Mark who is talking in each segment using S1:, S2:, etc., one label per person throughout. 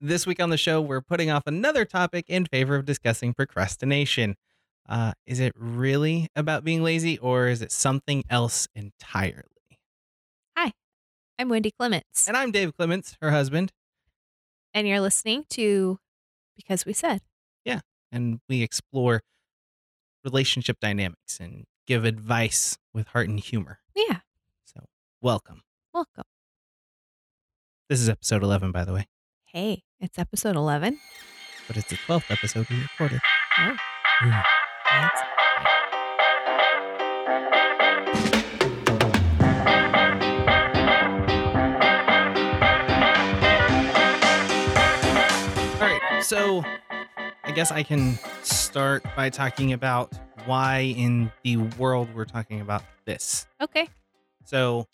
S1: This week on the show, we're putting off another topic in favor of discussing procrastination. Uh, is it really about being lazy or is it something else entirely?
S2: I'm Wendy Clements,
S1: And I'm Dave Clements, her husband,
S2: and you're listening to Because We Said.
S1: and we explore relationship dynamics and give advice with heart and humor.
S2: Yeah,
S1: So, welcome.
S2: welcome.
S1: This is episode 11, by the way,
S2: Hey, it's episode 11.
S1: but it's the 12th episode we recorded.
S2: That's-
S1: All right. So, I guess I can start by talking about why in the world we're talking about this.
S2: Okay.
S1: So,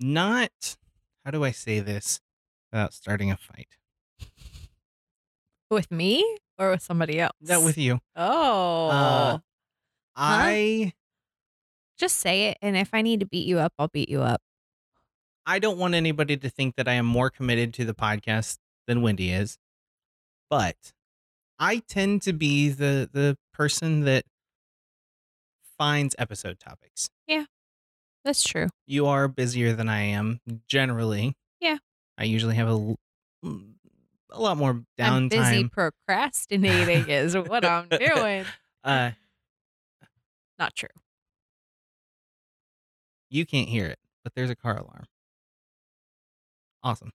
S1: not how do I say this without starting a fight?
S2: With me or with somebody else?
S1: That with you.
S2: Oh.
S1: Uh, I
S2: Just say it. And if I need to beat you up, I'll beat you up.
S1: I don't want anybody to think that I am more committed to the podcast than Wendy is. But I tend to be the the person that finds episode topics.
S2: That's true.
S1: You are busier than I am generally.
S2: Yeah.
S1: I usually have a l- mm, a lot more
S2: I'm busy
S1: downtime.
S2: procrastinating, is what I'm doing.
S1: Uh
S2: Not true.
S1: you can't hear it, but there's a car alarm. Awesome.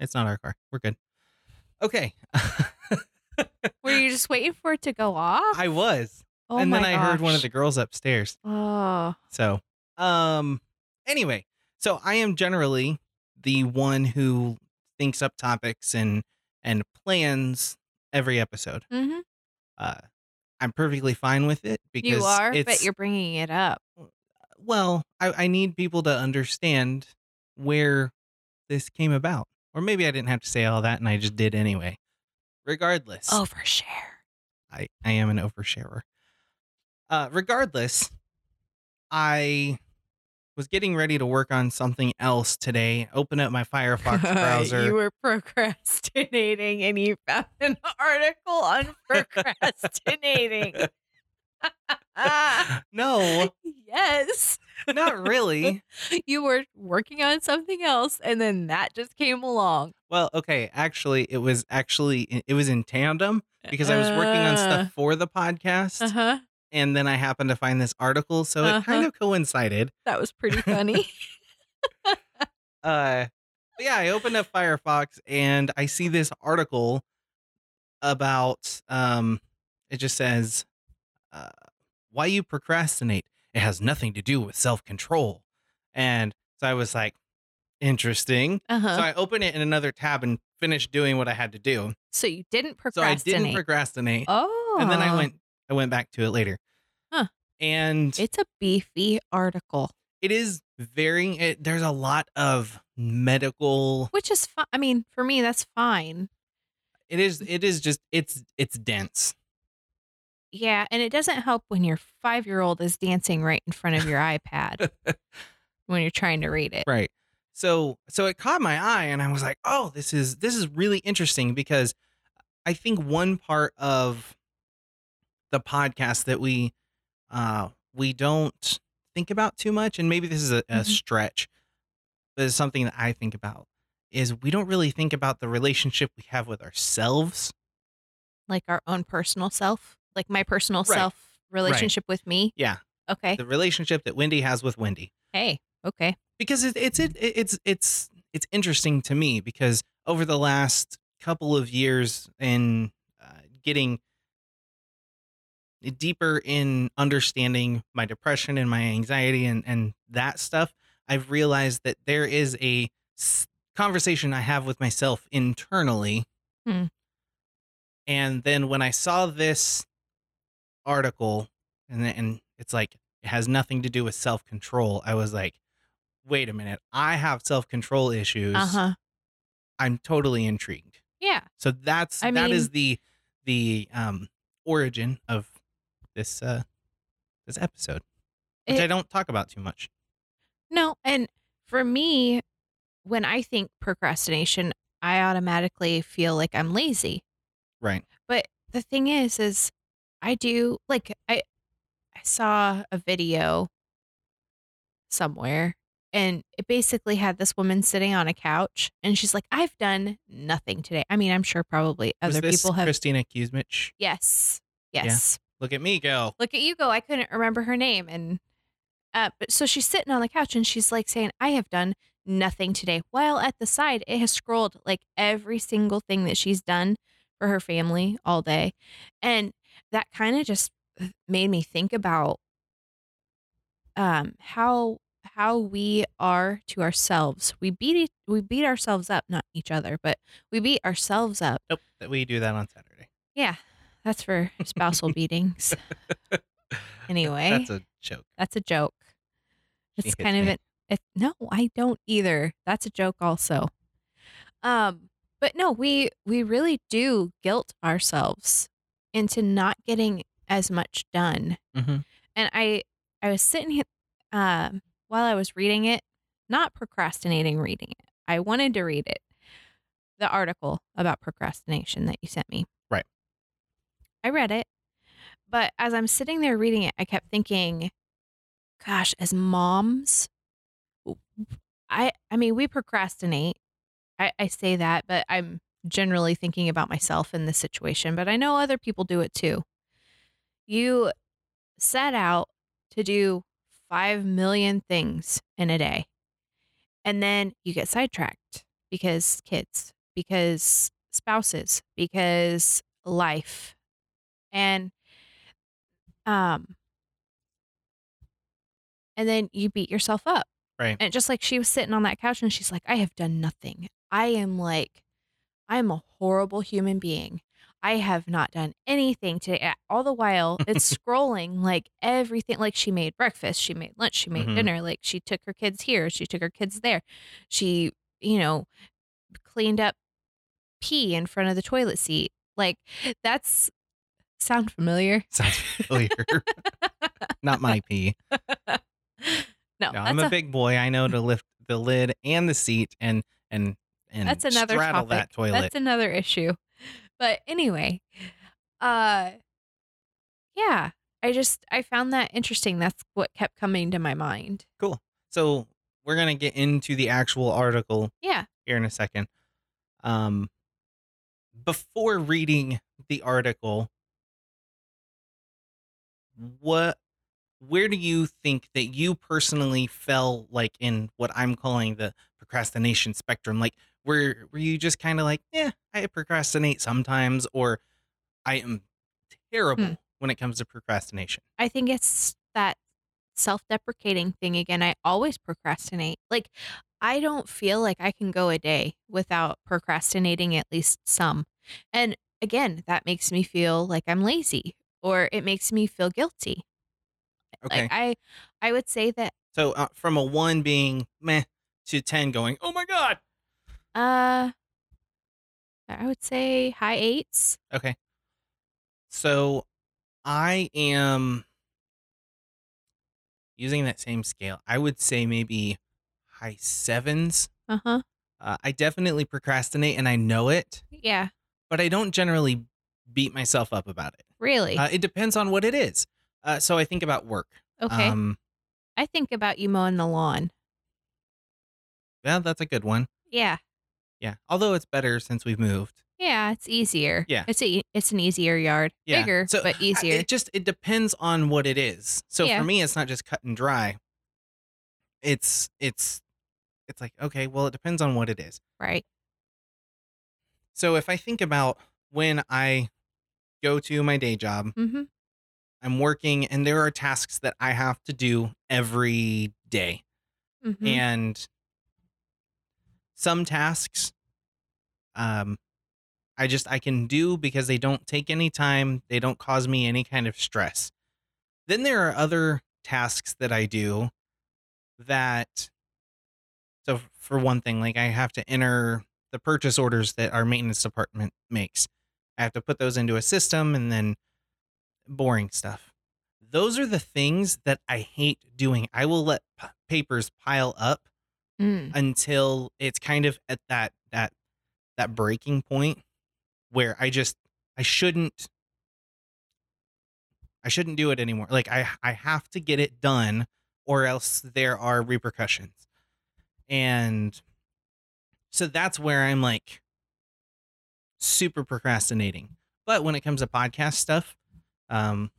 S1: It's not our car. We're good. Okay.
S2: Oh. Were you just waiting for it to go off?
S1: I was.
S2: oh
S1: and
S2: my
S1: then I heard one of the
S2: gosh.
S1: girls upstairs.
S2: Oh,
S1: So, um anyway, so I am generally the one who thinks up topics and and plans every episode.
S2: hmm
S1: Uh I'm perfectly fine with it because
S2: you are,
S1: it's-
S2: but you're bringing it up.
S1: well, I, I need people to understand where this came about. Or maybe I didn't have to say all that and I just did anyway. Regardless,
S2: Oh. Overshare.
S1: I, I am an oversharer. Uh, regardless, I was getting ready to work on something else today. Open up my Firefox browser.
S2: you were procrastinating and you found an article on procrastinating.
S1: no,
S2: yes.
S1: not really.
S2: You were working on something else and then that just came along.
S1: Well, okay, actually, it was actually it was in tandem because I was working on stuff for the podcast.
S2: Uh huh.
S1: and then I happened to find this article, so it kind
S2: Uh-huh.
S1: of coincided.
S2: That was pretty funny.
S1: Uh, but yeah, I opened up Firefox and I see this article about um, it just says uh, why you procrastinate. It has nothing to do with self control, and so I was like, interesting.
S2: Uh huh.
S1: So I opened it in another tab and finished doing what I had to do.
S2: so you
S1: So
S2: didn't
S1: I
S2: procrastinate.
S1: didn't procrastinate,
S2: oh.
S1: and then I went I went back to it later.
S2: Huh.
S1: And
S2: It's a beefy article,
S1: it is very it, there's a lot of medical
S2: which is fine. I mean, for me, that's fine.
S1: it is it is just it's it's dense
S2: Yeah, and it doesn't help when your five year old is dancing right in front of your iPad when you're trying to read it.
S1: right so so it caught my eye and i was like oh this is this is really interesting because i think one part of the podcast that we uh we don't think about too much and maybe this is a, a
S2: Mhm.
S1: stretch but it's something that i think about is we don't really think about the relationship we have with ourselves
S2: Like our own personal self, like my personal
S1: Right.
S2: self relationship with me.
S1: Yeah.
S2: Okay.
S1: the relationship that wendy has with wendy
S2: hey. Okay.
S1: because it, it's it, it's it's it's interesting to me because over the last couple of years in uh, getting deeper in understanding my depression and my anxiety and and that stuff i've realized that there is a s- conversation i have with myself internally
S2: Hmm.
S1: and then when i saw this article and then- and it's like it has nothing to do with self-control i was like wait a minute i have self-control issues
S2: Uh huh.
S1: i'm totally intrigued
S2: Yeah.
S1: so that's
S2: I
S1: that is
S2: mean-
S1: the the um origin of this uh this episode, which I
S2: It-
S1: don't talk about too much.
S2: No, and For me, when I think procrastination, I automatically feel like I'm lazy.
S1: Right.
S2: But the thing is, is I do like I I saw a video somewhere and it basically had this woman sitting on a couch and she's like, I've done nothing today. I mean, I'm sure probably
S1: Was
S2: other
S1: this
S2: people have
S1: Christina Kuzmich.
S2: Yes.
S1: Yeah.
S2: Yes.
S1: Look at me go.
S2: Look at you go. I couldn't remember her name. And uh, but so she's sitting on the couch and she's like saying, I have done nothing today. While at the side, it has scrolled like every single thing that she's done for her family all day. And that kind of just uh, made me think about um how how we are to ourselves. We beat it, we beat ourselves up, not each other, but we beat ourselves up
S1: Nope. That we do that on Saturday.
S2: yeah, that's for spousal beatings. Anyway.
S1: That's a joke.
S2: That's a joke.
S1: She
S2: It's
S1: hits
S2: kind of
S1: me.
S2: an it, no, I don't either. That's a joke also. Um, but no, we we really do guilt ourselves into not getting as much done.
S1: Mhm.
S2: And I I was sitting here um while I was reading it, not procrastinating reading it. I wanted to read it. The article about procrastination that you sent me.
S1: Right.
S2: I read it. But as I'm sitting there reading it, I kept thinking, gosh, as moms, I I mean, we procrastinate. I, I say that, but I'm generally thinking about myself in this situation, but I know other people do it too. You set out to do 5 million things in a day. And then you get sidetracked because kids, because spouses, because life. And um and then you beat yourself up.
S1: Right.
S2: And just like she was sitting on that couch and she's like, I have done nothing. I am like, I'm a horrible human being. I have not done anything today. All the while, it's scrolling like everything. Like she made breakfast, she made lunch, she made
S1: Mhm.
S2: dinner. Like she took her kids here, she took her kids there. She, you know, cleaned up pee in front of the toilet seat. Like that's sound familiar.
S1: Sounds familiar. Not my pee.
S2: no,
S1: No,
S2: that's
S1: I'm a
S2: a-
S1: big boy. I know to lift the lid and the seat and and and
S2: that's another
S1: straddle
S2: topic.
S1: that toilet.
S2: That's another issue. But anyway, uh yeah, I just I found that interesting. That's what kept coming to my mind.
S1: so we're gonna get into the actual article
S2: Yeah.
S1: here in a second. Um, before reading the article, what, where do you think that you personally fell like in what I'm calling the procrastination spectrum? Like, were were you just kind of like, yeah, I procrastinate sometimes, or I am terrible
S2: Hmm.
S1: when it comes to procrastination?
S2: I think it's that self-deprecating thing again. I always procrastinate. Like I don't feel like I can go a day without procrastinating at least some. And again, that makes me feel like I'm lazy or it makes me feel guilty.
S1: Okay,
S2: Like I I would say that
S1: so uh, from a one being meh to ten going, oh my god,
S2: Uh, I would say high eights.
S1: Okay. So I am using that same scale. I would say maybe high sevens.
S2: Uh huh.
S1: Uh, I definitely procrastinate and I know it,
S2: Yeah,
S1: but I don't generally beat myself up about it.
S2: really.
S1: Uh, it depends on what it is. Uh, so I think about work.
S2: okay.
S1: Um,
S2: I think about you mowing the lawn.
S1: yeah, that's a good one.
S2: Yeah,
S1: Yeah. Although it's better since we've moved.
S2: yeah. It's easier.
S1: Yeah.
S2: It's a it's an easier yard.
S1: Yeah.
S2: Bigger,
S1: So,
S2: but
S1: I-
S2: easier.
S1: It just it depends on what it is. So
S2: Yeah.
S1: for me, it's not just cut and dry. It's it's it's like okay, well, it depends on what it is.
S2: right.
S1: So if I think about when I go to my day job,
S2: Mm-hmm.
S1: I'm working, and there are tasks that I have to do every day.
S2: mm-hmm.
S1: and some tasks um i just i can do because they don't take any time they don't cause me any kind of stress then there are other tasks that i do that so f- for one thing like i have to enter the purchase orders that our maintenance department makes i have to put those into a system and then boring stuff those are the things that I hate doing. I will let p- papers pile up
S2: Mm.
S1: until it's kind of at that that that breaking point where I just I shouldn't I shouldn't do it anymore. Like I I have to get it done or else there are repercussions. And so that's where I'm like super procrastinating. But when it comes to podcast stuff, um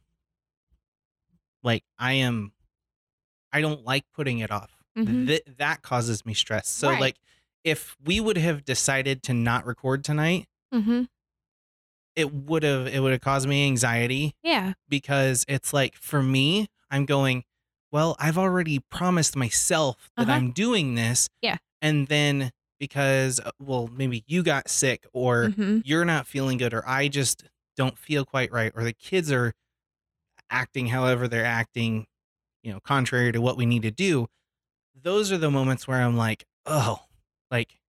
S1: like I am I don't like putting it off
S2: Mhm.
S1: th- that causes me stress. So
S2: Right.
S1: like if we would have decided to not record tonight,
S2: Mm-hmm.
S1: it would have it would have caused me anxiety
S2: Yeah.
S1: because it's like for me, I'm going, well, I've already promised myself that
S2: Uh-huh.
S1: I'm doing this.
S2: Yeah.
S1: And then because uh, well, maybe you got sick or
S2: Mm-hmm.
S1: you're not feeling good or I just don't feel quite right or the kids are acting however they're acting, you know, contrary to what we need to do. Those are the moments where I'm like, oh, like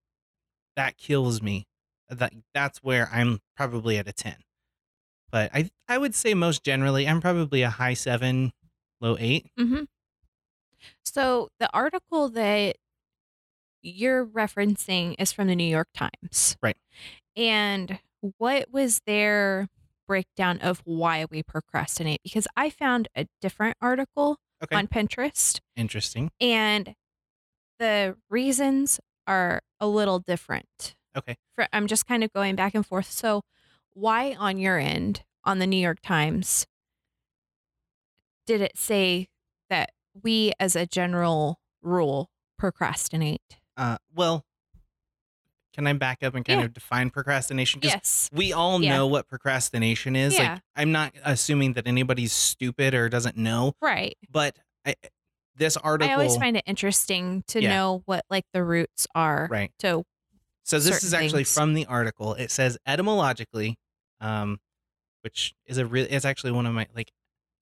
S1: that kills me. That that's where I'm probably at a 10. But I I would say most generally I'm probably a high 7, low 8.
S2: Mm-hmm. So the article that you're referencing is from the New York Times.
S1: Right.
S2: And what was their breakdown of why we procrastinate? Because I found a different article
S1: Okay.
S2: on Pinterest
S1: Interesting.
S2: and the reasons are a little different.
S1: Okay.
S2: For, I'm just kind of going back and forth. So, why on your end on the New York Times did it say that we, as a general rule, procrastinate?
S1: Uh well, can I back up and kind
S2: Yeah.
S1: of define procrastination? 'Cause
S2: Yes.
S1: we all
S2: Yeah.
S1: know what procrastination is.
S2: Yeah.
S1: Like I'm not assuming that anybody's stupid or doesn't know,
S2: Right.
S1: but I, this article
S2: I always find it interesting to
S1: Yeah.
S2: know what like the roots are
S1: right.
S2: to
S1: So this
S2: certain
S1: is actually
S2: things.
S1: from the article. It says etymologically, um, which is a real. It's actually one of my like,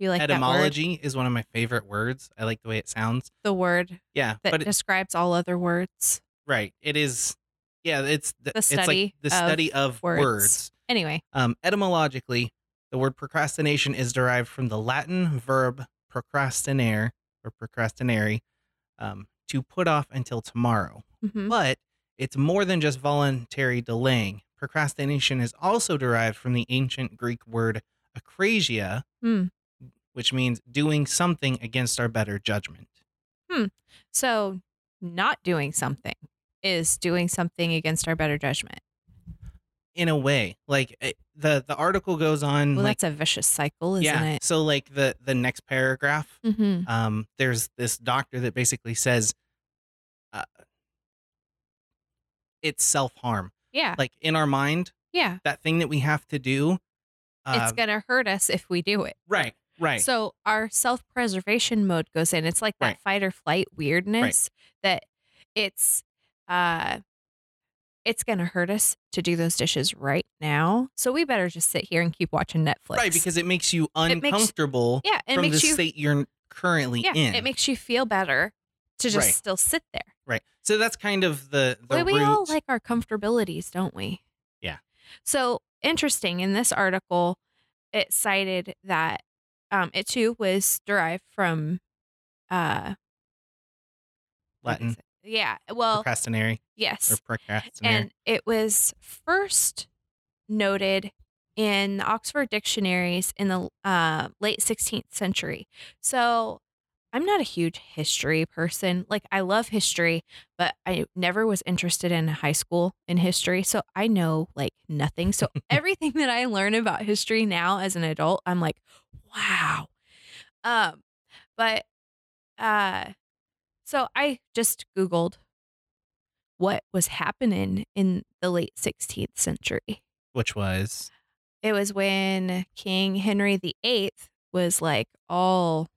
S2: you like That word,
S1: etymology is one of my favorite words. I like the way it sounds.
S2: the word
S1: Yeah,
S2: that
S1: but it,
S2: describes all other words.
S1: right, it is. Yeah, it's the,
S2: The
S1: it's like
S2: study
S1: the
S2: of
S1: study of
S2: words.
S1: words.
S2: Anyway.
S1: Um, etymologically, the word procrastination is derived from the Latin verb procrastinare or procrastinare, um, to put off until tomorrow.
S2: Mhm.
S1: But it's more than just voluntary delaying. Procrastination is also derived from the ancient Greek word akrasia,
S2: Hmm.
S1: which means doing something against our better judgment.
S2: So, not doing something is doing something against our better judgment.
S1: In a way, like it- the the article goes on.
S2: Well,
S1: Mm, like,
S2: that's a vicious cycle, isn't
S1: yeah.
S2: it?
S1: So like the the next paragraph,
S2: Mm-hmm.
S1: um, there's this doctor that basically says, uh, it's self harm.
S2: Yeah.
S1: Like in our mind,
S2: Yeah.
S1: that thing that we have to do. Uh,
S2: it's going to hurt us if we do it.
S1: right. Right.
S2: So our self preservation mode goes in. It's like that
S1: Right.
S2: fight or flight weirdness that it's, uh, it's going to hurt us to do those dishes right now. So we better just sit here and keep watching Netflix.
S1: Right, because it makes you
S2: It makes-
S1: uncomfortable
S2: yeah, and it
S1: from the
S2: makes you,
S1: state you're currently
S2: yeah,
S1: in.
S2: it makes you feel better to just
S1: Right.
S2: still sit there.
S1: right. So that's kind of the the
S2: Well, we
S1: root.
S2: all like our comfortabilities, don't we?
S1: Yeah.
S2: So interesting. In this article, it cited that um, it too was derived from uh, what is
S1: Latin
S2: it? Yeah. Well,
S1: procrastinary or
S2: yes,
S1: procrastinary.
S2: and it was first noted in the Oxford dictionaries in the uh, late 16th century. So I'm not a huge history person. Like I love history, but I never was interested in high school in history. So I know like nothing. So everything that I learn about history now as an adult, I'm like, wow. Um, but uh so I just Googled what was happening in the late 16th century.
S1: which was
S2: It was when King Henry VIII was like all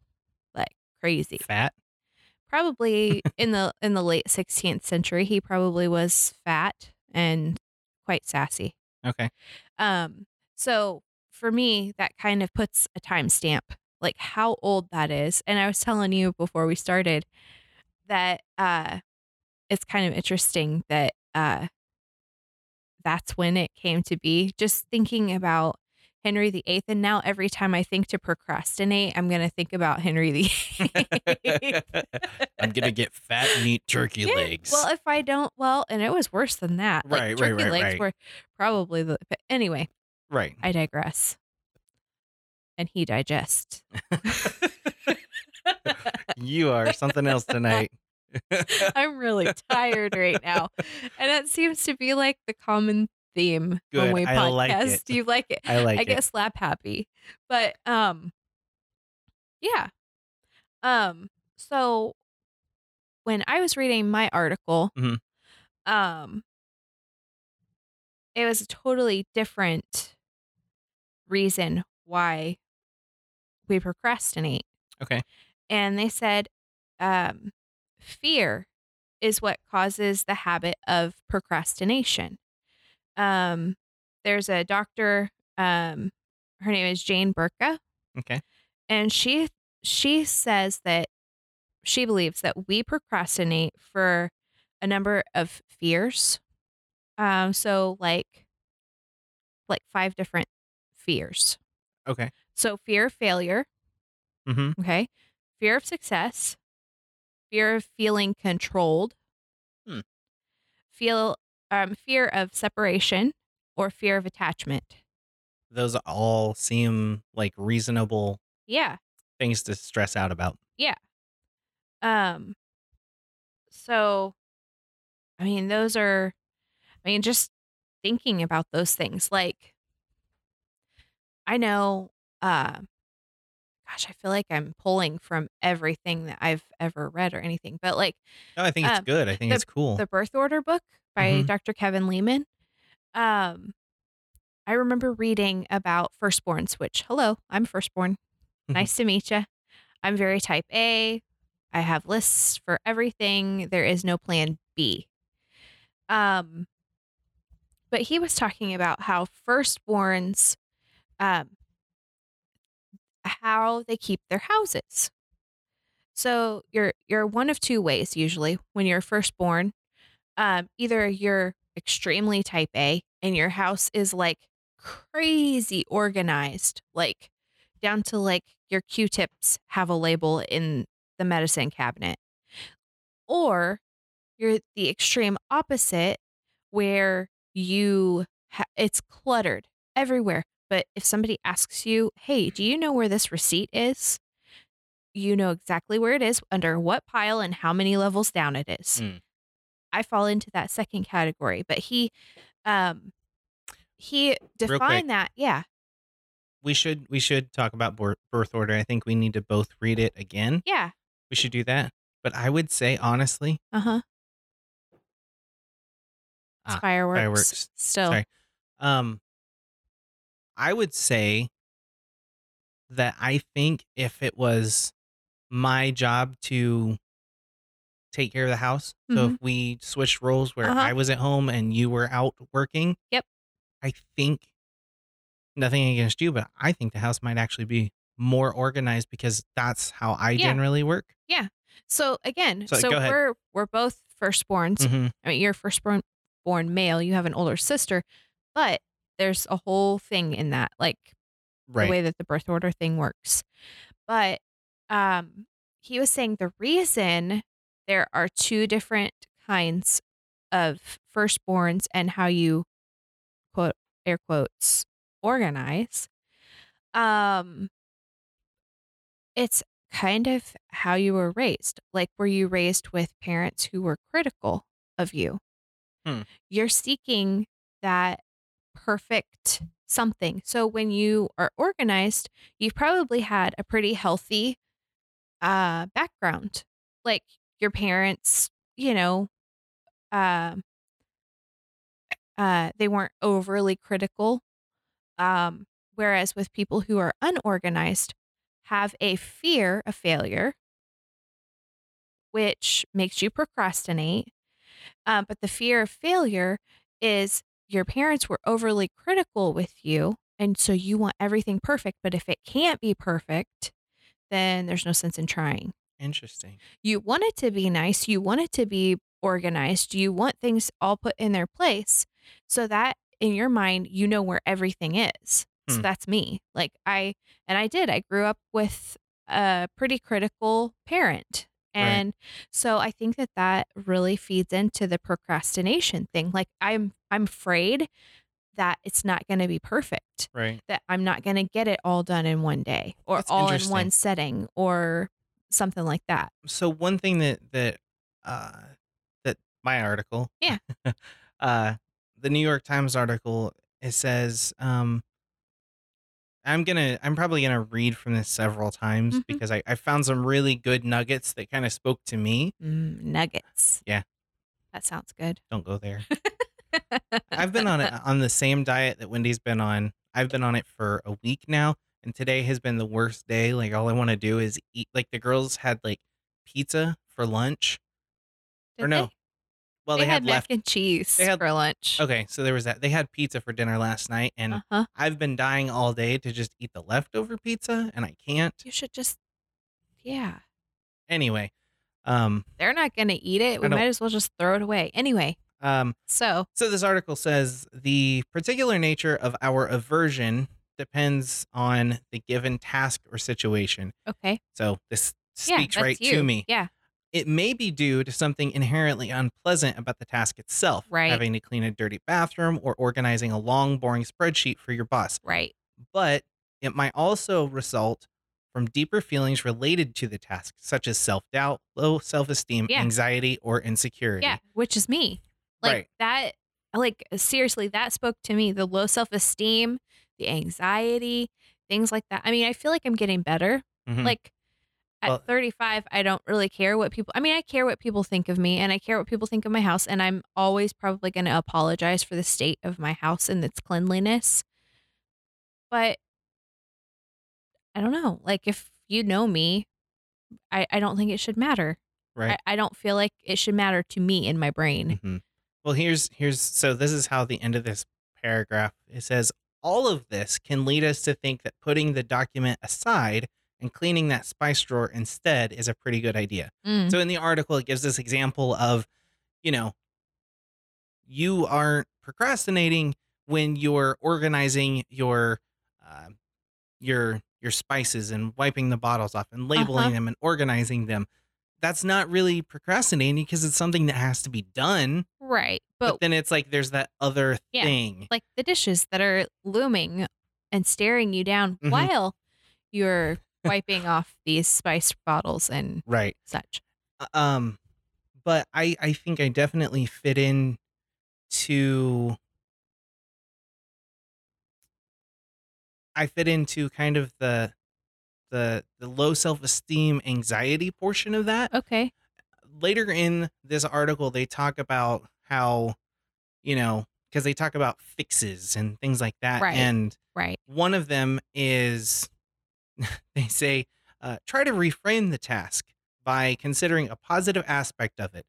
S2: like crazy.
S1: fat.
S2: Probably in the in the late 16th century, he probably was fat and quite sassy.
S1: Okay.
S2: Um, so for me, that kind of puts a timestamp, like how old that is. And I was telling you before we started that uh, it's kind of interesting that uh, that's when it came to be. Just thinking about Henry VIII, and now every time I think to procrastinate, I'm going to think about Henry VIII.
S1: I'm gonna get fat and eat turkey
S2: Yeah,
S1: legs.
S2: Well, if I don't, well, and it was worse than that. Like,
S1: Right, right,
S2: turkey
S1: right,
S2: legs
S1: right.
S2: were probably the. But anyway,
S1: right.
S2: I digress. And he digests.
S1: you are something else tonight.
S2: I'm really tired right now, and that seems to be like the common theme
S1: Good,
S2: when we
S1: I like
S2: podcast.
S1: it.
S2: Do you like it?
S1: I like
S2: I
S1: it.
S2: get slap happy, but um, yeah, um. So when I was reading my article,
S1: Mhm.
S2: um, it was a totally different reason why we procrastinate.
S1: Okay.
S2: And they said, um, fear is what causes the habit of procrastination. Um, there's a doctor, um, her name is Jane Burka,
S1: Okay.
S2: and she she says that she believes that we procrastinate for a number of fears. Um, so like like five different fears.
S1: Okay.
S2: So fear of failure,
S1: Mm-hmm.
S2: Okay. Fear of success, fear of feeling controlled,
S1: Hmm.
S2: feel um, fear of separation, or fear of attachment.
S1: Those all seem like reasonable
S2: Yeah.
S1: things to stress out about.
S2: Um. So, I mean, those are, I mean, just thinking about those things. Like, I know, uh, gosh, I feel like I'm pulling from everything that I've ever read or anything, but like
S1: No, Oh, I think it's
S2: Um,
S1: good. I think it's cool.
S2: the birth order book by
S1: Mhm.
S2: Dr. Kevin Lehman. Um, I remember reading about firstborns, which hello, I'm firstborn. Nice to meet you. I'm very type A. I have lists for everything. There is no plan B. Um, but he was talking about how firstborns, um, how they keep their houses. So you're you're one of two ways usually when you're firstborn. Um, either you're extremely type A and your house is like crazy organized, like down to like your Q-tips have a label in the medicine cabinet, or you're the extreme opposite where you ha- it's cluttered everywhere. But if somebody asks you, "Hey, do you know where this receipt is?" you know exactly where it is, under what pile, and how many levels down it is.
S1: Mm.
S2: I fall into that second category, but he, um, he
S1: quick.
S2: defined that. Yeah,
S1: we should we should talk about bor- birth order. I think we need to both read it again.
S2: yeah,
S1: We should do that. But I would say honestly,
S2: uh huh.
S1: Ah,
S2: fireworks,
S1: fireworks.
S2: Still,
S1: Sorry. um, I would say that I think if it was my job to take care of the house, so if we switched roles where
S2: Mm-hmm. Uh-huh.
S1: I was at home and you were out working,
S2: Yep.
S1: I think nothing against you, but I think the house might actually be more organized because that's how I
S2: Yeah.
S1: generally work.
S2: So again, so,
S1: So, go ahead.
S2: we're we're both firstborns.
S1: Mhm.
S2: I mean, you're firstborn born male. You have an older sister, but there's a whole thing in that, like the way
S1: Right.
S2: that the birth order thing works. But um, he was saying the reason there are two different kinds of firstborns and how you quote air quotes organize. Um, it's kind of how you were raised. Like, were you raised with parents who were critical of you?
S1: Hmm.
S2: You're seeking that perfect something. So when you are organized, you've probably had a pretty healthy uh, background. Like your parents, you know, um, uh, they weren't overly critical. Um, whereas with people who are unorganized, have a fear of failure, which makes you procrastinate. Um, but the fear of failure is your parents were overly critical with you. And so you want everything perfect. But if it can't be perfect, then there's no sense in trying.
S1: Interesting.
S2: You want it to be nice. You want it to be organized. You want things all put in their place so that in your mind, you know where everything is. So
S1: Hmm.
S2: that's me. Like I and I did. I grew up with a pretty critical parent.
S1: Right.
S2: And so I think that that really feeds into the procrastination thing. Like I'm I'm afraid that it's not going to be perfect,
S1: Right.
S2: that I'm not going to get it all done in one day or
S1: That's
S2: all in
S1: interesting.
S2: one setting or something like that.
S1: So one thing that that uh that my article,
S2: Yeah.
S1: uh, the New York Times article, it says, um, I'm gonna, I'm probably gonna read from this several times
S2: Mhm.
S1: because I, I found some really good nuggets that kind of spoke to me.
S2: Mm, nuggets.
S1: Yeah.
S2: That sounds good.
S1: Don't go there. I've been on it on the same diet that Wendy's been on. I've been on it for a week now, and today has been the worst day. Like all I want to do is eat. Like the girls had like pizza for lunch,
S2: Did
S1: or no? Well,
S2: they,
S1: they,
S2: had,
S1: had,
S2: mac
S1: left.
S2: and cheese
S1: they had-
S2: for lunch.
S1: Okay, so there was that. They had pizza for dinner last night, and
S2: Uh-huh.
S1: I've been dying all day to just eat the leftover pizza, and I can't.
S2: You should just, yeah.
S1: Anyway, um,
S2: They're not going to eat it. We
S1: don't-
S2: might as well just throw it away. Anyway,
S1: um,
S2: so
S1: So this article says the particular nature of our aversion depends on the given task or situation.
S2: okay.
S1: So this
S2: yeah,
S1: speaks
S2: that's
S1: right
S2: you.
S1: to me.
S2: Yeah.
S1: It may be due to something inherently unpleasant about the task itself,
S2: Right.
S1: having to clean a dirty bathroom or organizing a long, boring spreadsheet for your boss.
S2: Right.
S1: But it might also result from deeper feelings related to the task, such as self doubt, low self esteem,
S2: Yeah.
S1: anxiety, or insecurity.
S2: Yeah. Which is me. Like
S1: Right.
S2: that. Like seriously, that spoke to me. The low self esteem, the anxiety, things like that. I mean, I feel like I'm getting better.
S1: Mhm.
S2: Like at
S1: Well-
S2: 35, I don't really care what people, I mean, I care what people think of me and I care what people think of my house. And I'm always probably going to apologize for the state of my house and its cleanliness. But I don't know. Like, if you know me, I, I don't think it should matter.
S1: right.
S2: I, I don't feel like it should matter to me in my brain.
S1: Mhm. Well, here's here's so this is how the end of this paragraph it says all of this can lead us to think that putting the document aside and cleaning that spice drawer instead is a pretty good idea.
S2: Mm.
S1: So in the article it gives this example of you know you aren't procrastinating when you're organizing your uh, your your spices and wiping the bottles off and labeling
S2: Uh-huh.
S1: them and organizing them. That's not really procrastinating because it's something that has to be done
S2: right.
S1: but,
S2: But
S1: then it's like there's that other
S2: Yeah,
S1: thing
S2: like the dishes that are looming and staring you down
S1: Mhm.
S2: while you're wiping off these spice bottles and
S1: right
S2: such.
S1: um but i i think i definitely fit in to i fit into kind of the the the low self-esteem anxiety portion of that
S2: Okay.
S1: later in this article they talk about how you know because they talk about fixes and things like that
S2: Right.
S1: and
S2: Right.
S1: One of them is they say, uh, try to reframe the task by considering a positive aspect of it.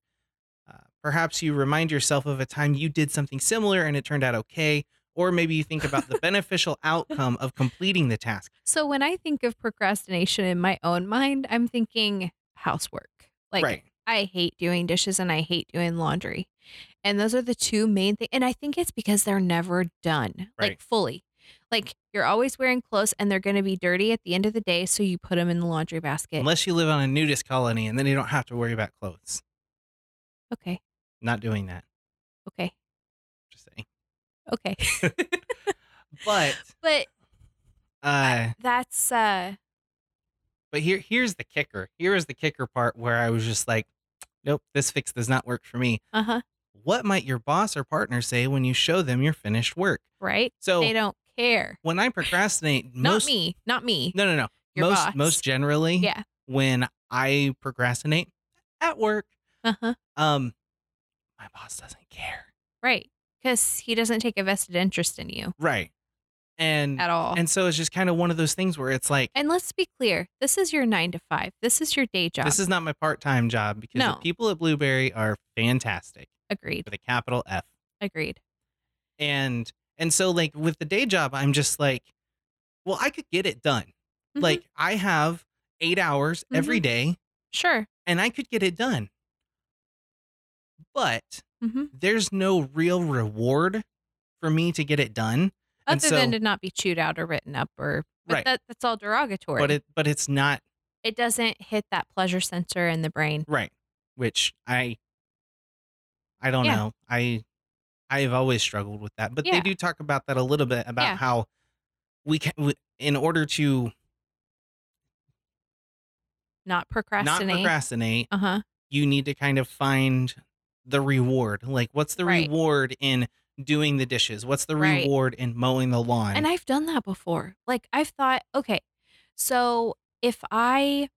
S1: Uh, perhaps you remind yourself of a time you did something similar and it turned out okay, or maybe you think about the beneficial outcome of completing the task.
S2: So when I think of procrastination in my own mind, I'm thinking housework. Like
S1: right.
S2: I hate doing dishes and I hate doing laundry. And those are the two main things. And I think it's because they're never done, like
S1: Right.
S2: fully. Like you're always wearing clothes and they're going to be dirty at the end of the day. So you put them in the laundry basket.
S1: Unless you live on a nudist colony and then you don't have to worry about clothes.
S2: okay.
S1: Not doing that.
S2: Okay.
S1: Just saying.
S2: Okay.
S1: But
S2: but
S1: uh,
S2: that's uh
S1: but here here's the kicker. Here is the kicker part where I was just like, nope, this fix does not work for me.
S2: uh-huh,
S1: what might your boss or partner say when you show them your finished work?
S2: right? They
S1: So
S2: don't care.
S1: when I procrastinate,
S2: Not
S1: Oh. most
S2: me. Not me.
S1: no no no
S2: Your
S1: most
S2: boss.
S1: most generally
S2: Yeah.
S1: when I procrastinate at work,
S2: Uh-huh.
S1: um, my boss doesn't care,
S2: Right. Cuz he doesn't take a vested interest in you
S1: right? And
S2: at all.
S1: and so it's just kind of one of those things where it's like
S2: And let's be clear, this is your nine to five. This is your day job.
S1: this is not my part time job because
S2: No.
S1: the people at Blueberry are fantastic
S2: agreed.
S1: with a capital F.
S2: Agreed.
S1: and and so like with the day job i'm just like well i could get it done
S2: Mhm.
S1: like i have eight hours
S2: Mm-hmm.
S1: every day
S2: Sure.
S1: and i could get it done but
S2: Mhm. Mm-hmm.
S1: there's no real reward for me to get it done And
S2: other than
S1: so-
S2: to not be chewed out or written up or but
S1: Right.
S2: that, that's all derogatory
S1: but it but it's not
S2: it doesn't hit that pleasure sensor in the brain
S1: right which i i don't
S2: Yeah.
S1: know i i've always struggled with that but they
S2: Yeah.
S1: do talk about that a little bit about
S2: Yeah.
S1: how we can we, in order to
S2: not procrastinate
S1: not procrastinate
S2: uh-huh
S1: you need to kind of find the reward like what's the
S2: Right.
S1: reward in doing the dishes what's the
S2: Right.
S1: reward in mowing the lawn
S2: and i've done that before like i've thought okay so if i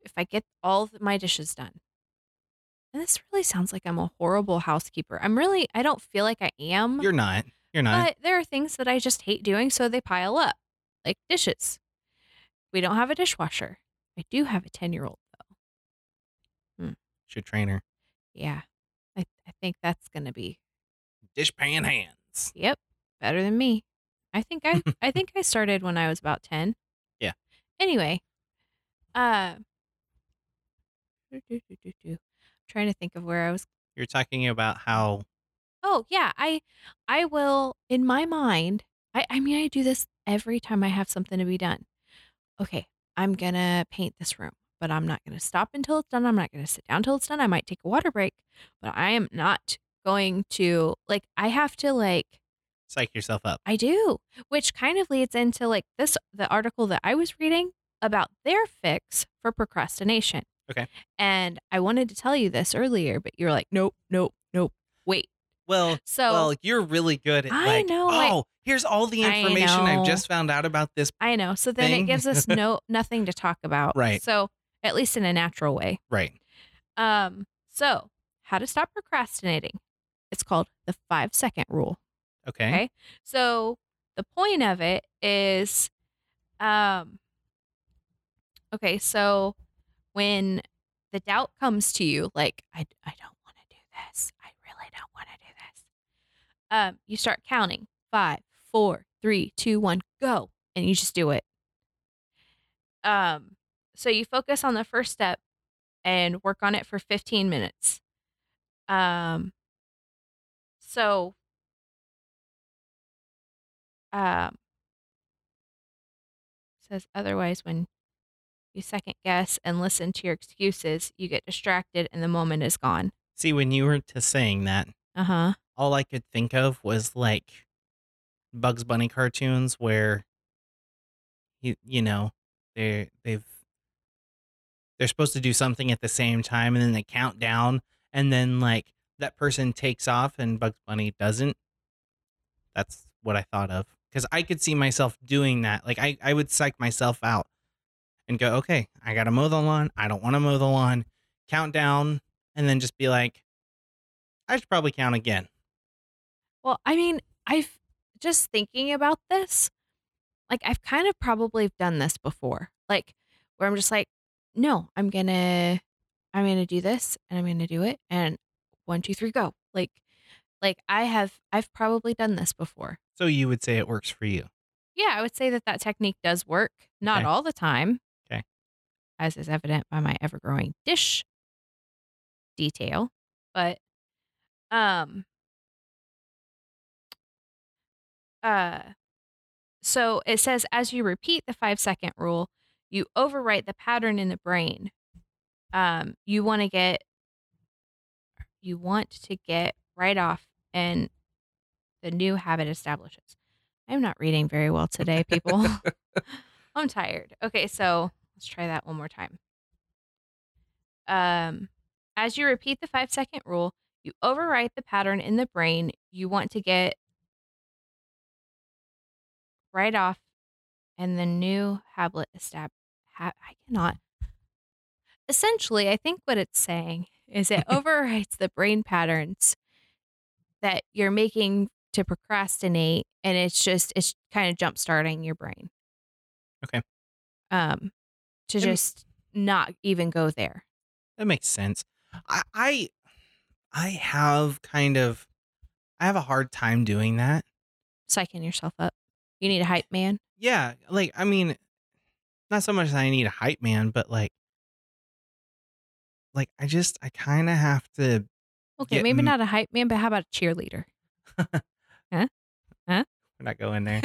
S2: if i get all of my dishes done and this really sounds like i'm a horrible housekeeper i'm really i don't feel like i am
S1: you're not you're not
S2: but there are things that I just hate doing, so they pile up, like dishes. We don't have a dishwasher. I do have a 10 year old, though.
S1: should train her
S2: Yeah. I, I think that's going to be,
S1: dish pan hands
S2: yep, better than me. I think I, I think I started when I was about 10.
S1: Yeah.
S2: Anyway, uh, I'm trying to think of where I was
S1: you're talking about how
S2: oh yeah i i will in my mind i i mean i do this every time i have something to be done okay i'm gonna paint this room but i'm not gonna stop until it's done i'm not gonna sit down till it's done i might take a water break but i am not going to like i have to like
S1: psych yourself up
S2: i do which kind of leads into like this the article that i was reading about their fix for procrastination
S1: Okay.
S2: and i wanted to tell you this earlier but you're like nope nope nope wait
S1: well
S2: so
S1: well, you're really good at
S2: I
S1: like,
S2: know,
S1: oh,
S2: I-
S1: here's all the
S2: I
S1: information I've
S2: know.
S1: just found out about this.
S2: I know. So then
S1: thing.
S2: it gives us no nothing to talk about.
S1: Right.
S2: So at least in a natural way.
S1: Right.
S2: Um, so how to stop procrastinating. It's called the five second rule.
S1: Okay.
S2: Okay. So the point of it is um okay, so when the doubt comes to you, like I I don't want to do this. I really don't want to do this. Um, you start counting five, four, three, two, one, go. And you just do it. Um, so you focus on the first step and work on it for 15 minutes. Um, so um, says otherwise when you second guess and listen to your excuses, you get distracted and the moment is gone.
S1: See, when you were to saying that,
S2: Uh huh.
S1: all I could think of was like Bugs Bunny cartoons where you you know, they they've they're supposed to do something at the same time and then they count down and then like that person takes off and Bugs Bunny doesn't. That's what I thought of. Because I could see myself doing that. Like I, I would psych myself out and go, okay, I gotta mow the lawn. I don't wanna mow the lawn. Count down and then just be like, I should probably count again.
S2: Well, I mean, I've just thinking about this, like I've kind of probably done this before, like where I'm just like, no, I'm gonna, I'm gonna do this and I'm gonna do it and one, two, three, go. Like, like I have, I've probably done this before.
S1: So you would say it works for you.
S2: Yeah, I would say that that technique does work, not
S1: Okay.
S2: all the time.
S1: Okay.
S2: As is evident by my ever growing dish detail, but um uh so it says as you repeat the 5 second rule, you overwrite the pattern in the brain. Um you want to get you want to get right off and the new habit establishes. I'm not reading very well today, people. I'm tired. Okay, so let's try that one more time. Um, as you repeat the five second rule, you overwrite the pattern in the brain you want to get right off, and the new habit estab. Ha- I cannot. Essentially, I think what it's saying is it overwrites the brain patterns that you're making to procrastinate, and it's just it's kind of jump starting your brain.
S1: Okay.
S2: Um, to
S1: It m-
S2: just not even go there.
S1: That makes sense. I I, I have kind of I have a hard time doing that.
S2: psyching yourself up. You need a hype man.
S1: Yeah, like I mean not so much that I need a hype man, but like like I just I kind of have to
S2: Okay,
S1: Yeah,
S2: maybe
S1: mm.
S2: not a hype man, but how about a cheerleader?
S1: We're not going there.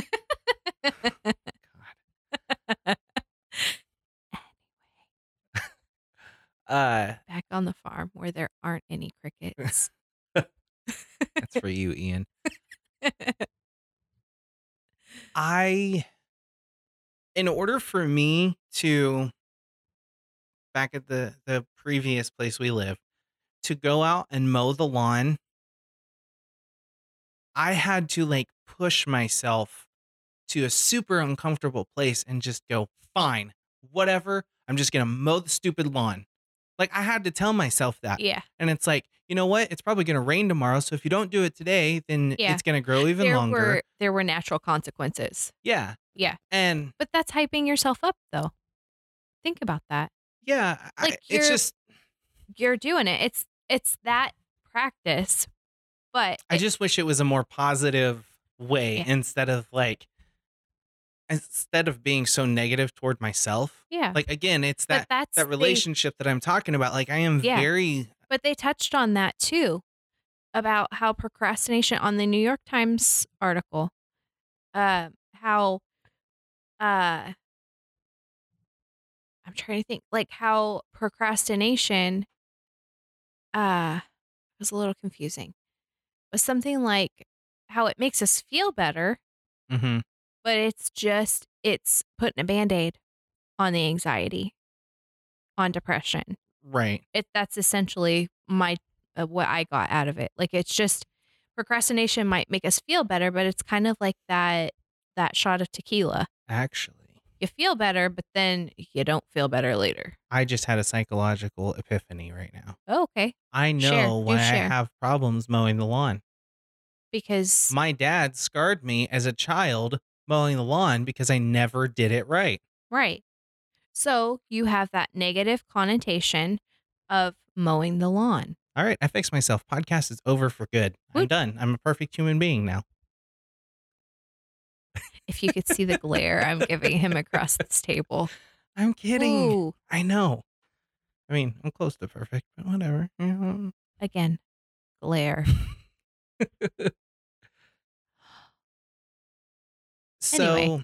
S1: Uh,
S2: Back on the farm where there aren't any crickets.
S1: that's for you, Ian. I, in order for me to, back at the the previous place we live, to go out and mow the lawn, I had to like push myself to a super uncomfortable place and just go, fine, whatever. I'm just gonna mow the stupid lawn. Like I had to tell myself that.
S2: yeah.
S1: And it's like, you know what? It's probably going to rain tomorrow. So if you don't do it today, then
S2: Yeah.
S1: it's going to grow even
S2: there
S1: longer.
S2: were there were natural consequences.
S1: Yeah.
S2: Yeah.
S1: And
S2: But that's hyping yourself up though. Think about that.
S1: yeah, I-
S2: Like,
S1: it's
S2: you're-
S1: just,
S2: You're doing it. It's it's that practice. But
S1: I
S2: it-
S1: just wish it was a more positive way
S2: Yeah.
S1: instead of like, instead of being so negative toward myself.
S2: yeah.
S1: Like, again, it's
S2: but
S1: that,
S2: that's
S1: that
S2: the-
S1: relationship that I'm talking about. Like, I am
S2: Yeah.
S1: very,
S2: But they touched on that too about how procrastination on the New York Times article, uh, how, uh, I'm trying to think, like how procrastination, uh, was a little confusing, was something like how it makes us feel better,
S1: Mhm.
S2: but it's just, it's putting a band aid on the anxiety, on depression
S1: right.
S2: it that's essentially my uh, what I got out of it. Like it's just procrastination might make us feel better, but it's kind of like that that shot of tequila.
S1: Actually,
S2: You feel better, but then you don't feel better later.
S1: I just had a psychological epiphany right now.
S2: Oh, okay,
S1: I know
S2: Share. Do
S1: why I
S2: share.
S1: have problems mowing the lawn.
S2: because
S1: my dad scarred me as a child mowing the lawn because I never did it right.
S2: right. So you have that negative connotation of mowing the lawn.
S1: All right, I fixed myself. Podcast is over for good. I'm
S2: Woot.
S1: done. I'm a perfect human being now.
S2: If you could see the glare I'm giving him across this table.
S1: I'm kidding.
S2: Ooh,
S1: I know. I mean, I'm close to perfect, but whatever. Mm-hmm. Yeah.
S2: again, glare.
S1: So,
S2: Anyway.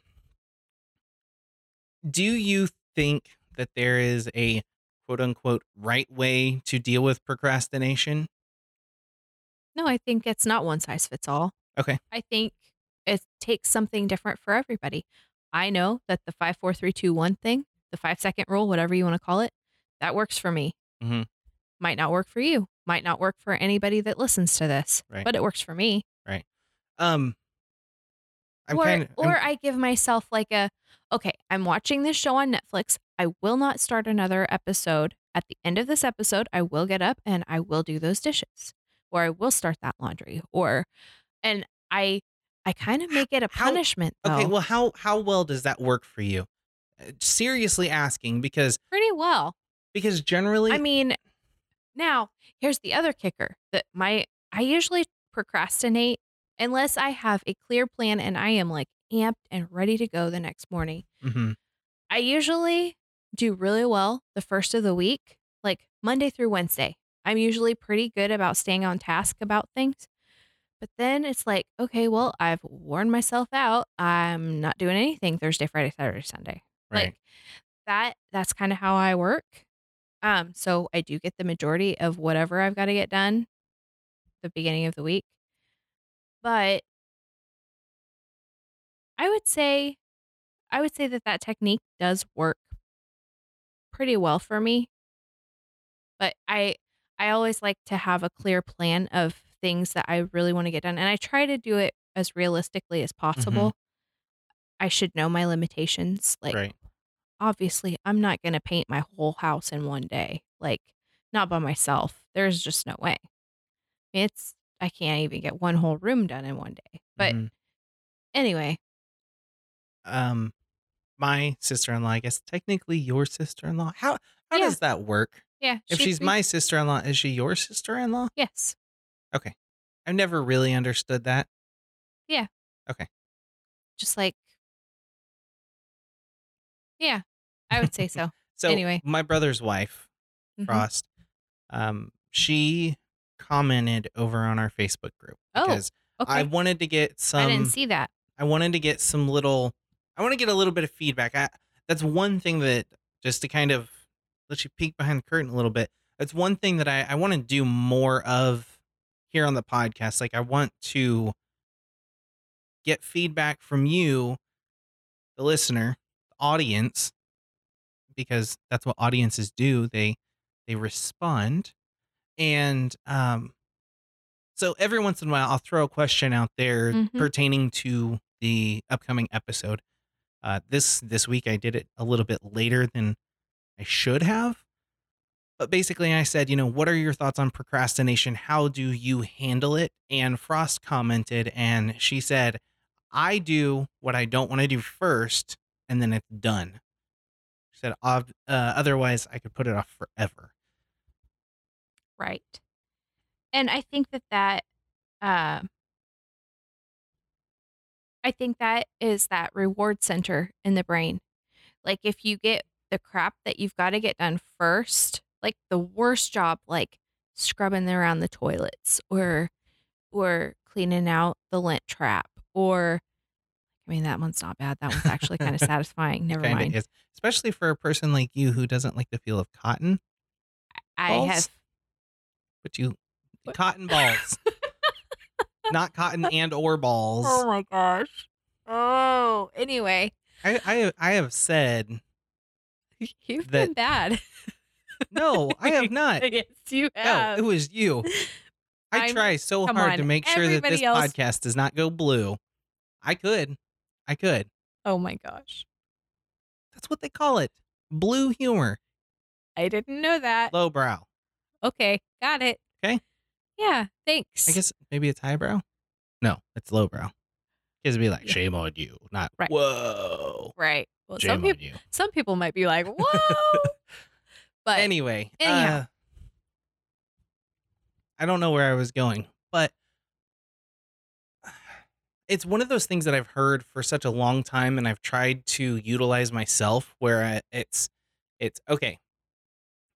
S1: do you think that there is a quote unquote right way to deal with procrastination?
S2: No, I think it's not one size fits all.
S1: Okay.
S2: I think it takes something different for everybody. I know that the five, four, three, two, one thing, the five second rule, whatever you want to call it, that works for me.
S1: Mhm.
S2: Might not work for you. Might not work for anybody that listens to this,
S1: Right.
S2: but it works for me.
S1: Um, I'm
S2: or
S1: kind of.
S2: or I give myself like a, okay, I'm watching this show on Netflix. I will not start another episode. At the end of this episode, I will get up and I will do those dishes, or I will start that laundry, or, and I, I kind of make it a
S1: How-
S2: punishment though.
S1: Okay, well, how how well does that work for you? Uh, Seriously asking because
S2: pretty well.
S1: because generally
S2: I mean, now here's the other kicker that my I usually procrastinate unless I have a clear plan and I am like amped and ready to go the next morning.
S1: Mhm.
S2: I usually do really well the first of the week, like Monday through Wednesday. I'm usually pretty good about staying on task about things. But then it's like, okay, well, I've worn myself out. I'm not doing anything Thursday, Friday, Saturday, Sunday.
S1: right.
S2: Like that that's kind of how I work. Um so I do get the majority of whatever I've got to get done the beginning of the week. But I would say I would say that that technique does work pretty well for me. But I I always like to have a clear plan of things that I really want to get done and I try to do it as realistically as possible. I should know my limitations like
S1: right.
S2: obviously I'm not going to paint my whole house in one day. Like not by myself. There's just no way. It's I can't even get one whole room done in one day. But
S1: Mhm.
S2: anyway,
S1: um my sister-in-law, I guess technically your sister-in-law. How how
S2: Yeah.
S1: does that work?
S2: yeah.
S1: If
S2: she
S1: she's
S2: thinks-
S1: my sister-in-law, is she your sister-in-law?
S2: yes,
S1: I've never really understood that.
S2: just like yeah, I would say so.
S1: So
S2: Anyway.
S1: my brother's wife,
S2: Mhm.
S1: Frost, um, she commented over on our Facebook group
S2: Oh,
S1: because
S2: Okay,
S1: I
S2: I,
S1: wanted to get some
S2: didn't see that.
S1: I wanted to get some little I want to get a little bit of feedback. I that's one thing that just to kind of let you peek behind the curtain a little bit. That's one thing that I, I want to do more of here on the podcast. Like I want to get feedback from you, the listener, the audience, because that's what audiences do. They they respond. And um so every once in a while I'll throw a question out there
S2: Mhm.
S1: pertaining to the upcoming episode. Uh this this week I did it a little bit later than I should have. But basically, I said, you know, what are your thoughts on procrastination? How do you handle it? And Frost commented, and she said, I do what I don't want to do first, and then it's done. She said, "Ob- uh, otherwise, I could put it off forever.
S2: Right. And I think that that, uh, I think that is that reward center in the brain. Like if you get the crap that you've got to get done first, like the worst job, like scrubbing around the toilets or, or cleaning out the lint trap or, I mean, that one's not bad. That one's actually kind of satisfying. Never
S1: Kinda
S2: mind.
S1: is, especially for a person like you who doesn't like the feel of cotton,
S2: I
S1: balls?
S2: have
S1: but you
S2: What?
S1: cotton balls, not cotton and or balls.
S2: Oh my gosh. Oh, anyway,
S1: I, I I have said
S2: you've been
S1: That-
S2: bad.
S1: no, I have not.
S2: yes, you
S1: No,
S2: have.
S1: it was you. I
S2: I'm-
S1: try so
S2: come
S1: hard
S2: on,
S1: to make sure that this
S2: everybody else-
S1: podcast does not go blue. I could. I could.
S2: oh my gosh.
S1: That's what they call it. Blue humor.
S2: I didn't know that.
S1: Lowbrow.
S2: Okay, got it.
S1: Okay.
S2: Yeah, thanks.
S1: I guess maybe it's highbrow? No, it's lowbrow. Kids be like,
S2: Yeah.
S1: shame on you. Not
S2: Right.
S1: whoa.
S2: right. Well, some
S1: Shame on
S2: people
S1: you.
S2: some people might be like, "Whoa." but
S1: anyway,
S2: anyhow.
S1: uh, I don't know where I was going, but it's one of those things that I've heard for such a long time, and I've tried to utilize myself. Where I, it's, it's okay.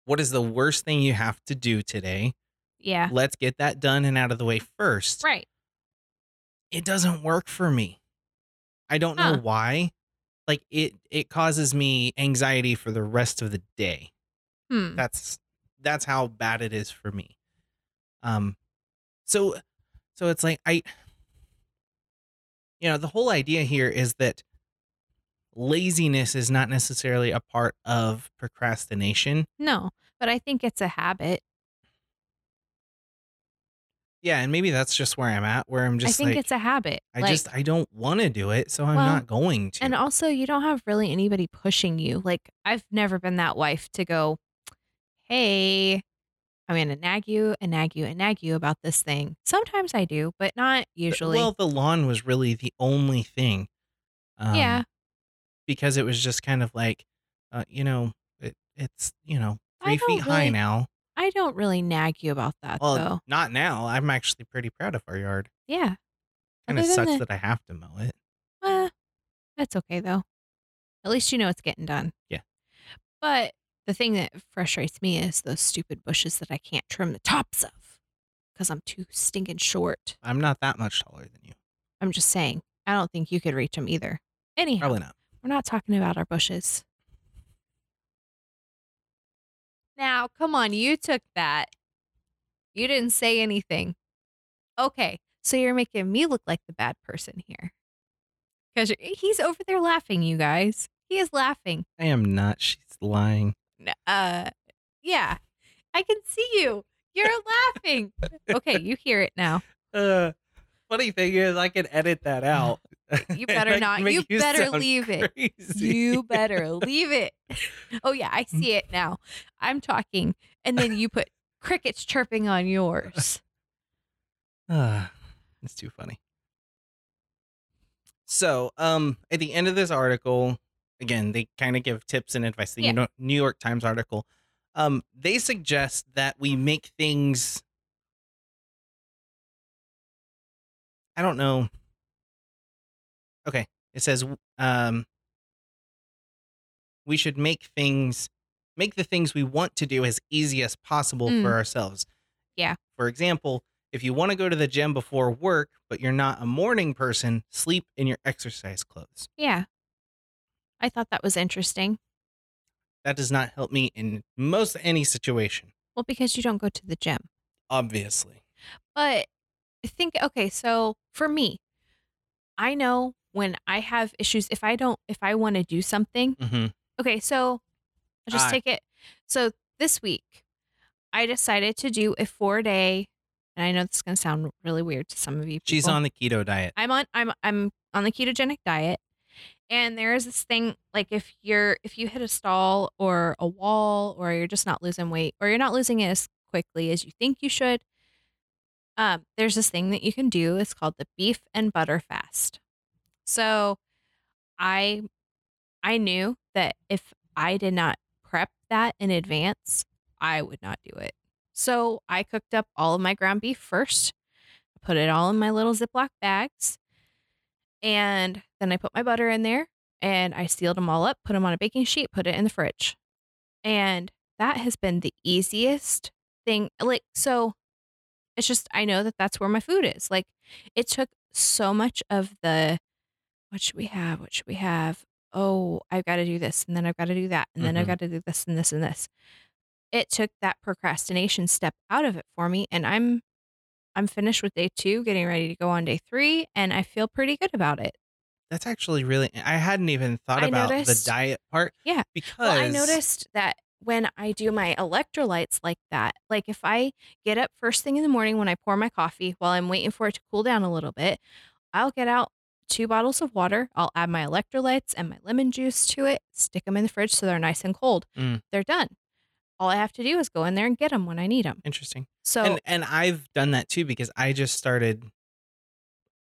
S1: What is the worst thing you have to do today?
S2: yeah.
S1: Let's get that done and out of the way first.
S2: Right.
S1: It doesn't work for me. I don't know
S2: Huh.
S1: why. Like it, it causes me anxiety for the rest of the day
S2: Hmm.
S1: that's that's how bad it is for me um so so it's like i you know the whole idea here is that laziness is not necessarily a part of procrastination
S2: No, but I think it's a habit.
S1: yeah and maybe that's just where i'm at where i'm
S2: I
S1: just
S2: think
S1: like
S2: it's a habit.
S1: i
S2: Like-
S1: just i don't want to do it so i'm
S2: Well,
S1: not going to
S2: And also, you don't have really anybody pushing you. Like, I've never been that wife to go, hey, I'm going to nag you and nag you and nag you about this thing. Sometimes I do, but not usually.
S1: Uh, well the lawn was really the only thing um,
S2: yeah.
S1: because it was just kind of like uh, you know it, it's you know
S2: I
S1: three feet
S2: don't
S1: high
S2: really-
S1: now
S2: I don't really nag you about that,
S1: Well,
S2: though.
S1: not now. I'm actually pretty proud of our yard.
S2: Yeah.
S1: Kind of
S2: Other than
S1: sucks
S2: the-
S1: that I have to mow it.
S2: Well, that's okay though. At least you know it's getting done.
S1: Yeah.
S2: But the thing that frustrates me is those stupid bushes that I can't trim the tops of because I'm too stinking short.
S1: I'm not that much taller than you.
S2: I'm just saying, I don't think you could reach them either. Anyhow,
S1: Probably not.
S2: we're not talking about our bushes. Now, come on, you took that. You didn't say anything. Okay, so you're making me look like the bad person here. Because he's over there laughing, you guys. He is laughing.
S1: I am not. She's lying.
S2: N- Uh, yeah, I can see you. You're laughing. Okay, you hear it now.
S1: Uh, funny thing is, I can edit that out.
S2: You better
S1: I can
S2: not.
S1: make
S2: You better
S1: sound
S2: leave it.
S1: crazy.
S2: You better leave it. Oh yeah, I see it now. I'm talking, and then you put crickets chirping on yours.
S1: Ah, it's too funny. So, um, at the end of this article, again, they kind of give tips and advice. The
S2: Yeah.
S1: New York- New York Times article, um, they suggest that we make things. I don't know. Okay, it says, um, we should make things, make the things we want to do as easy as possible
S2: Mm.
S1: for ourselves.
S2: Yeah.
S1: For example, If you want to go to the gym before work, but you're not a morning person, sleep in your exercise clothes.
S2: Yeah. I thought that was interesting.
S1: That does not help me in most any situation,
S2: Well, because you don't go to the gym.
S1: obviously.
S2: But I think okay, so for me, I know when I have issues if I don't if I want to do something.
S1: Mm-hmm.
S2: Okay, so I'll just
S1: Aye.
S2: take it. So this week I decided to do a 4-day and I know this is going to sound really weird to some of you people.
S1: She's on the keto diet.
S2: I'm on I'm I'm on the ketogenic diet and there is this thing like if you're if you hit a stall or a wall or you're just not losing weight or you're not losing it as quickly as you think you should um, there's this thing that you can do it's called the beef and butter fast so i i knew that if i did not prep that in advance i would not do it so i cooked up all of my ground beef first put it all in my little Ziploc bags. And then I put my butter in there and I sealed them all up, put them on a baking sheet, put it in the fridge. And that has been the easiest thing. Like, so it's just, I know that that's where my food is. Like, it took so much of the what should we have? What should we have? Oh, I've got to do this and then I've got to do that and then I've
S1: Mhm.
S2: got to do this and this and this. It took that procrastination step out of it for me. And I'm I'm finished with day two, getting ready to go on day three, and I feel pretty good about it.
S1: That's actually really, I hadn't even thought
S2: I
S1: about
S2: noticed-
S1: the diet part.
S2: Yeah.
S1: Because
S2: Well, I noticed that when I do my electrolytes like that, like if I get up first thing in the morning when I pour my coffee while I'm waiting for it to cool down a little bit, I'll get out two bottles of water. I'll add my electrolytes and my lemon juice to it, stick them in the fridge so they're nice and cold.
S1: Mm.
S2: They're done. All I have to do is go in there and get them when I need them.
S1: Interesting.
S2: So,
S1: and and I've done that too because I just started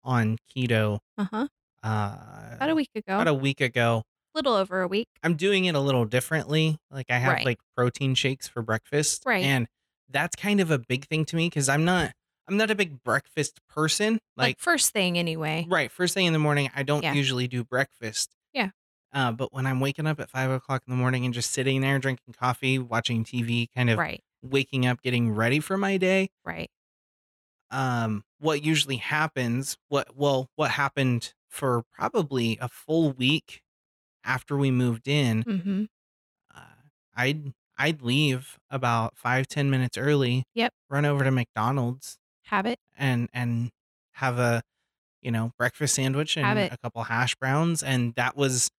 S1: on keto
S2: uh huh.
S1: uh
S2: About a week ago,
S1: about
S2: a
S1: a week ago.
S2: little over a week.
S1: I'm doing it a little differently. Like I have
S2: Right.
S1: like protein shakes for breakfast.
S2: Right.
S1: And that's kind of a big thing to me because I'm not I'm not a big breakfast person.
S2: Like,
S1: Like,
S2: first thing, anyway.
S1: right, first thing in the morning, I don't
S2: Yeah.
S1: usually do breakfast.
S2: Yeah.
S1: Uh, but when I'm waking up at five o'clock in the morning and just sitting there drinking coffee, watching TV, kind of
S2: Right,
S1: waking up, getting ready for my day,
S2: right.
S1: um what usually happens what well what happened for probably a full week after we moved in
S2: hmm.
S1: uh, i'd i'd leave about five ten minutes early
S2: Yep.
S1: run over to mcdonald's
S2: have it.
S1: and and have a you know breakfast sandwich
S2: Have
S1: and
S2: it.
S1: a couple hash browns and that was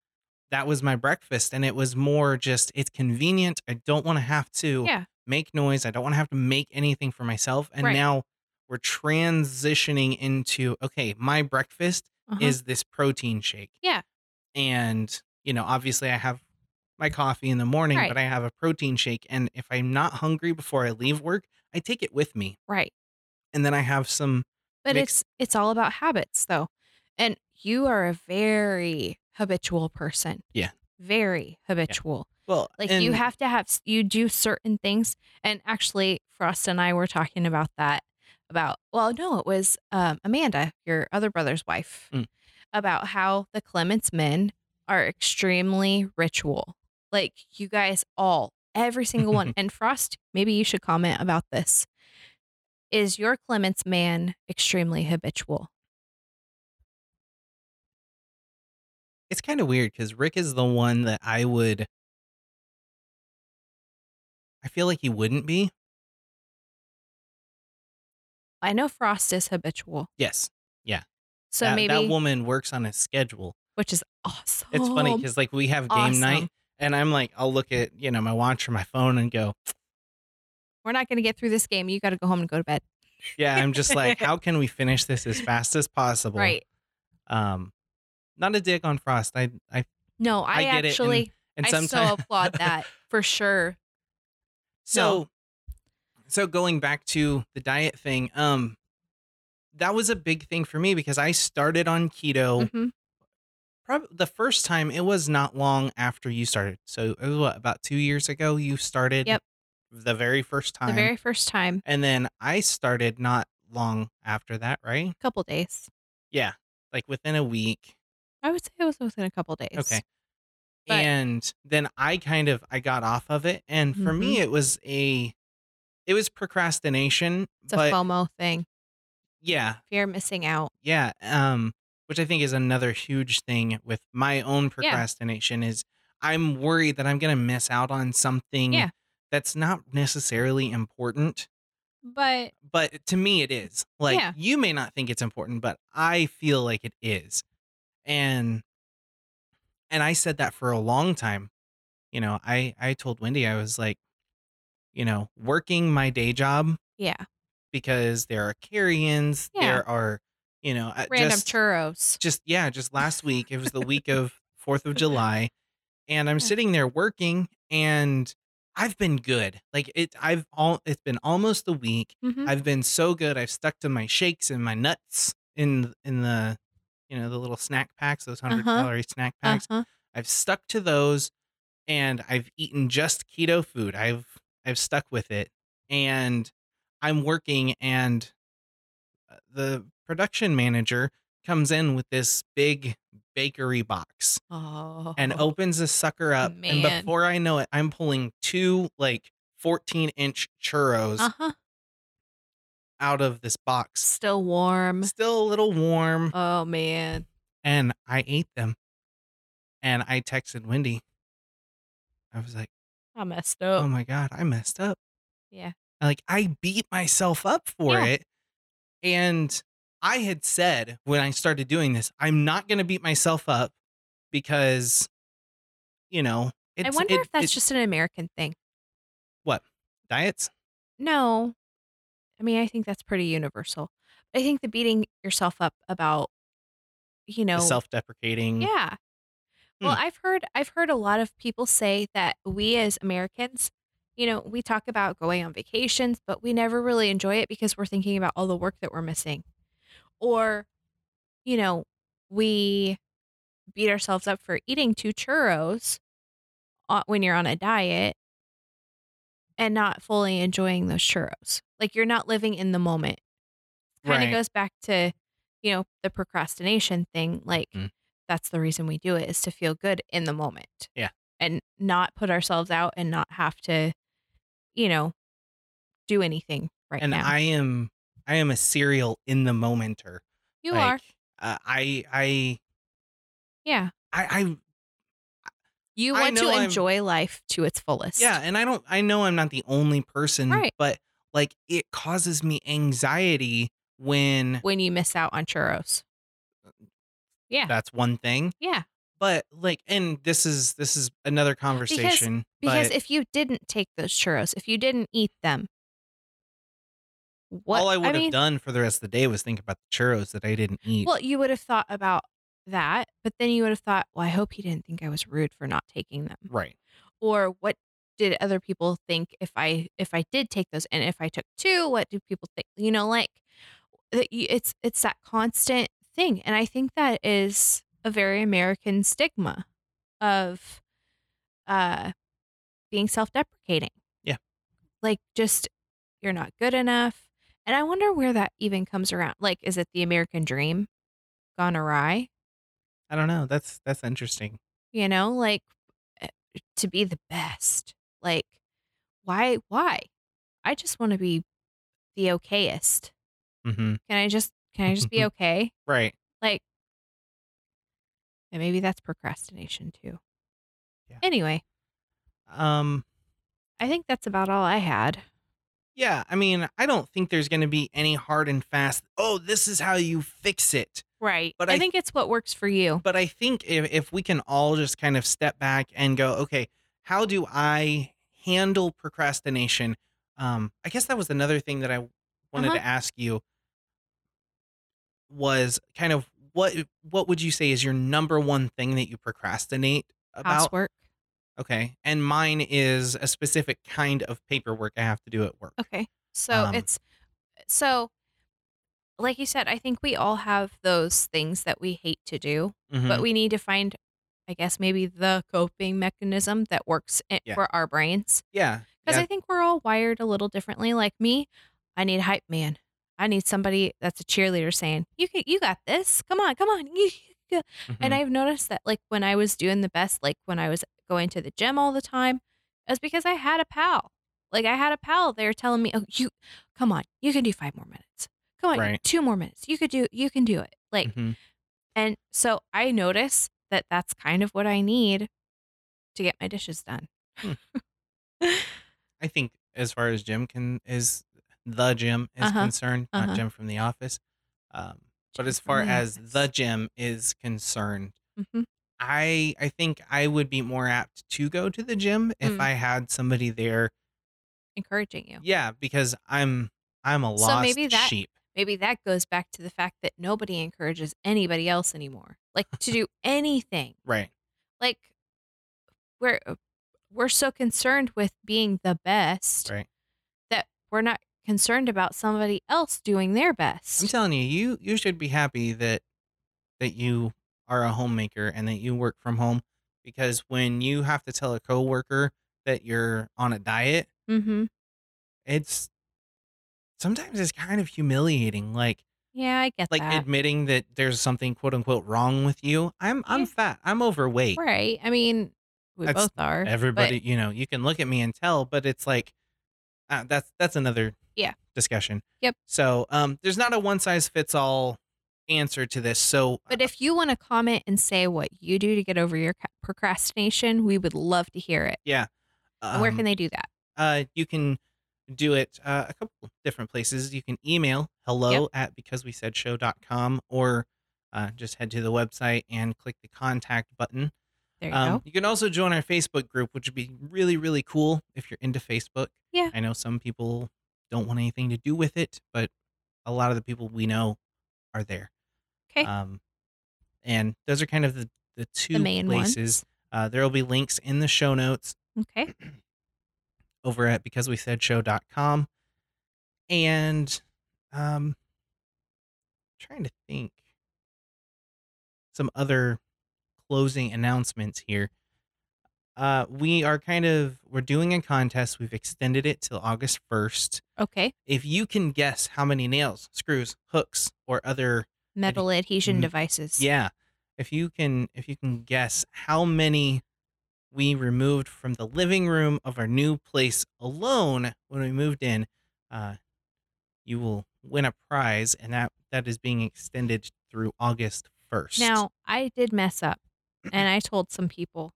S1: that was my breakfast and it was more just it's convenient i don't want to have to
S2: Yeah.
S1: make noise i don't want to have to make anything for myself and
S2: Right.
S1: now we're transitioning into okay my breakfast
S2: Uh-huh.
S1: is this protein shake
S2: Yeah.
S1: and you know obviously i have my coffee in the morning
S2: Right.
S1: but i have a protein shake and if i'm not hungry before i leave work i take it with me
S2: right.
S1: and then i have some
S2: But
S1: mix-
S2: it's it's all about habits though. And you are a very habitual person.
S1: Yeah.
S2: Very habitual.
S1: Well,
S2: Like you
S1: and-
S2: have to have you do certain things. And actually Frost and I were talking about that about well, no, it was um, Amanda, your other brother's wife,
S1: Mm.
S2: about how the Clements men are extremely ritual. Like you guys all, every single one. And Frost, maybe you should comment about this. Is your Clements man extremely habitual?
S1: it's kind of weird because Rick is the one that I would. I feel like he wouldn't be.
S2: I know Frost is habitual.
S1: Yes.
S2: So
S1: that,
S2: maybe
S1: that woman works on a schedule.
S2: which is awesome.
S1: It's funny because like we have game night,
S2: awesome.
S1: and I'm like, I'll look at you know my watch or my phone and go,
S2: we're not gonna get through this game. You gotta go home and go to bed.
S1: yeah, I'm just like, how can we finish this as fast as possible?
S2: Right.
S1: Um, not a dig on Frost. I I
S2: No, I,
S1: I get it,
S2: actually
S1: and
S2: I
S1: sometimes
S2: so applaud that for sure.
S1: So, so going back to the diet thing, um, that was a big thing for me because I started on keto.
S2: Mhm.
S1: Probably the first time it was not long after you started. So it was what about two years ago you started.
S2: Yep.
S1: The very first time,
S2: The very first time,
S1: and then I started not long after that, right?
S2: couple days.
S1: Yeah, like within a week.
S2: I would say it was within a couple days.
S1: Okay.
S2: But-
S1: and then I kind of I got off of it,
S2: Mm-hmm.
S1: and for me it was a, it was procrastination,
S2: It's a
S1: but
S2: FOMO thing.
S1: yeah,
S2: fear of missing out.
S1: yeah. Um, which I think is another huge thing with my own procrastination is I'm worried that I'm gonna miss out on something
S2: Yeah.
S1: that's not necessarily important.
S2: But
S1: but to me it is like
S2: Yeah.
S1: you may not think it's important but i feel like it is and and i said that for a long time you know i i told wendy i was like you know working my day job
S2: yeah,
S1: because there are carry-ins
S2: Yeah.
S1: there are you know uh,
S2: random
S1: just,
S2: churros.
S1: just yeah just last week it was the week of fourth of july and i'm sitting there working and i've been good like it i've all it's been almost a week
S2: Mhm.
S1: I've been so good. I've stuck to my shakes and my nuts in in the you know the little snack packs, those 100
S2: Uh-huh.
S1: calorie snack packs.
S2: Uh-huh.
S1: I've stuck to those and I've eaten just keto food. I've I've stuck with it and I'm working and uh, the production manager comes in with this big bakery box
S2: Oh,
S1: and opens the sucker up and
S2: man.
S1: before I know it I'm pulling two like 14 inch churros
S2: uh huh,
S1: out of this box
S2: still warm.
S1: still a little warm
S2: Oh man,
S1: and i ate them and i texted wendy i was like
S2: I messed
S1: oh
S2: up.
S1: my god i messed up
S2: Yeah.
S1: And, like i beat myself up for
S2: Yeah.
S1: it and i had said when i started doing this i'm not going to beat myself up because you know
S2: I
S1: it's,
S2: wonder
S1: it-
S2: if that's
S1: it-
S2: just an American thing.
S1: diets
S2: No, I mean I think that's pretty universal. I think the beating yourself up about, you know,
S1: the self-deprecating
S2: Yeah. Well, I've heard I've heard a lot of people say that we as Americans, you know, we talk about going on vacations, but we never really enjoy it because we're thinking about all the work that we're missing. Or, you know, we beat ourselves up for eating two churros uh, when you're on a diet and not fully enjoying those churros. Like you're not living in the moment. Kind of
S1: Right.
S2: goes back to, you know, the procrastination thing like
S1: Mhm.
S2: that's the reason we do it is to feel good in the moment.
S1: Yeah.
S2: And not put ourselves out and not have to, you know, do anything right
S1: and
S2: now.
S1: i am i am a serial in the momenter
S2: you
S1: like,
S2: are.
S1: uh, i i
S2: Yeah.
S1: I, I
S2: You
S1: I
S2: want to
S1: know I'm-
S2: enjoy life to its fullest.
S1: yeah, and I don't I know I'm not the only person,
S2: Right.
S1: but like it causes me anxiety when
S2: When you miss out on churros. Yeah.
S1: that's one thing.
S2: Yeah.
S1: But like and this is this is another conversation.
S2: Because
S1: but
S2: if you didn't take those churros, if you didn't eat them, what
S1: all I would have
S2: mean,
S1: done for the rest of the day was think about the churros that I didn't eat.
S2: Well, you would have thought about that, but then you would have thought, well, I hope he didn't think I was rude for not taking them.
S1: right.
S2: Or what did other people think if I if I did take those and if I took two, what do people think? You know, like that you- it's it's that constant thing. And I think that is a very American stigma of uh being self-deprecating.
S1: Yeah.
S2: Like just you're not good enough. And I wonder where that even comes around. Like is it the American dream gone awry?
S1: I don't know. That's that's interesting.
S2: You know, like eh, to be the best. Like why why? I just want to be the okayest.
S1: hmm
S2: Can I just can I just be okay?
S1: Right.
S2: Like, and maybe that's procrastination too.
S1: Yeah.
S2: Anyway,
S1: Um
S2: I think that's about all I had.
S1: yeah, I mean, I don't think there's going to be any hard and fast, oh, this is how you fix it.
S2: Right.
S1: But
S2: I,
S1: I-
S2: think it's what works for you.
S1: but I think if, if we can all just kind of step back and go, okay, how do I handle procrastination? Um, I guess that was another thing that I wanted
S2: Uh-huh.
S1: to ask you was kind of what what would you say is your number one thing that you procrastinate about?
S2: Housework.
S1: Okay, and mine is a specific kind of paperwork I have to do at work.
S2: Okay. So
S1: Um,
S2: it's so like you said, I think we all have those things that we hate to do,
S1: Mhm.
S2: but we need to find I guess maybe the coping mechanism that works i-
S1: Yeah.
S2: for our brains.
S1: yeah,
S2: because
S1: yeah,
S2: I think we're all wired a little differently. Like me, I need a hype man. I need somebody that's a cheerleader saying, "You can, you got this. Come on, come on." You, you go." And
S1: mhm.
S2: I've noticed that, like when I was doing the best, like when I was going to the gym all the time, it was because I had a pal. Like I had a pal there telling me, "Oh, you, come on, you can do five more minutes. Come on,
S1: Right.
S2: two more minutes. You could do you can do it. Like
S1: Mhm.
S2: and so I notice that that's kind of what I need to get my dishes done.
S1: I think as far as Jim can is the Jim is
S2: Uh-huh,
S1: concerned,
S2: uh-huh.
S1: not Jim from the office. Um, but
S2: Jim
S1: as
S2: from
S1: far
S2: the
S1: as
S2: office.
S1: the Jim is concerned,
S2: Mhm.
S1: I I think I would be more apt to go to the gym if
S2: Mm.
S1: I had somebody there.
S2: Encouraging you.
S1: Yeah, because I'm I'm a
S2: So
S1: lost
S2: maybe that-
S1: sheep.
S2: Maybe that goes back to the fact that nobody encourages anybody else anymore. Like to do anything.
S1: Right.
S2: Like we're uh, we're so concerned with being the best
S1: Right.
S2: that we're not concerned about somebody else doing their
S1: I'm
S2: best.
S1: telling you, you you should be happy that that you are a homemaker and that you work from home because when you have to tell a coworker that you're on a diet,
S2: mm-hmm.
S1: it's sometimes it's kind of humiliating like
S2: Yeah, I get
S1: like
S2: that.
S1: admitting that there's something quote unquote wrong with you. I'm I'm
S2: Yeah.
S1: fat. I'm overweight.
S2: right. I mean, we
S1: That's-
S2: both are. but-
S1: Everybody, you know, you can look at me and tell, but it's like uh, that's that's another
S2: Yeah.
S1: discussion.
S2: Yep.
S1: So, um there's not a one size fits all answer to this. So
S2: But if you want to comment and say what you do to get over your ca- procrastination, we would love to hear it. And Where
S1: um,
S2: can they do that?
S1: uh, you can do it uh, a couple different places. You can email hello at because we said show.com or uh, just head to the website and click the contact button.
S2: There you
S1: Um,
S2: go.
S1: you can also join our Facebook group, which would be really, really cool if you're into Facebook.
S2: Yeah.
S1: I know some people don't want anything to do with it, but a lot of the people we know are there.
S2: Okay.
S1: Um, and those are kind of the, the two
S2: the main
S1: places. Uh, there will be links in the show notes
S2: ones. Okay.
S1: over at because we said show.com and um trying to think some other closing announcements here uh we are kind of we're doing a contest we've extended it till august 1st
S2: Okay.
S1: if you can guess how many nails screws hooks or other
S2: Metal adhesion
S1: Mm,
S2: devices.
S1: yeah if you can if you can guess how many we removed from the living room of our new place alone when we moved in uh, you will win a prize and that that is being extended through august 1st
S2: Now, I did mess up and I told some people,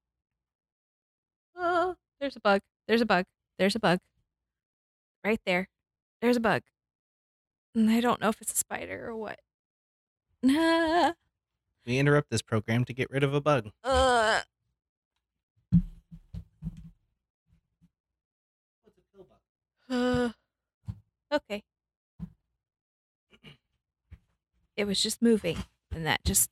S2: oh, there's a bug. There's a bug. There's a bug. Right there. There's a bug. And I don't know if it's a spider or what. Nah.
S1: we interrupt this program to get rid of a bug
S2: Uh, uh, okay. It was just moving and that just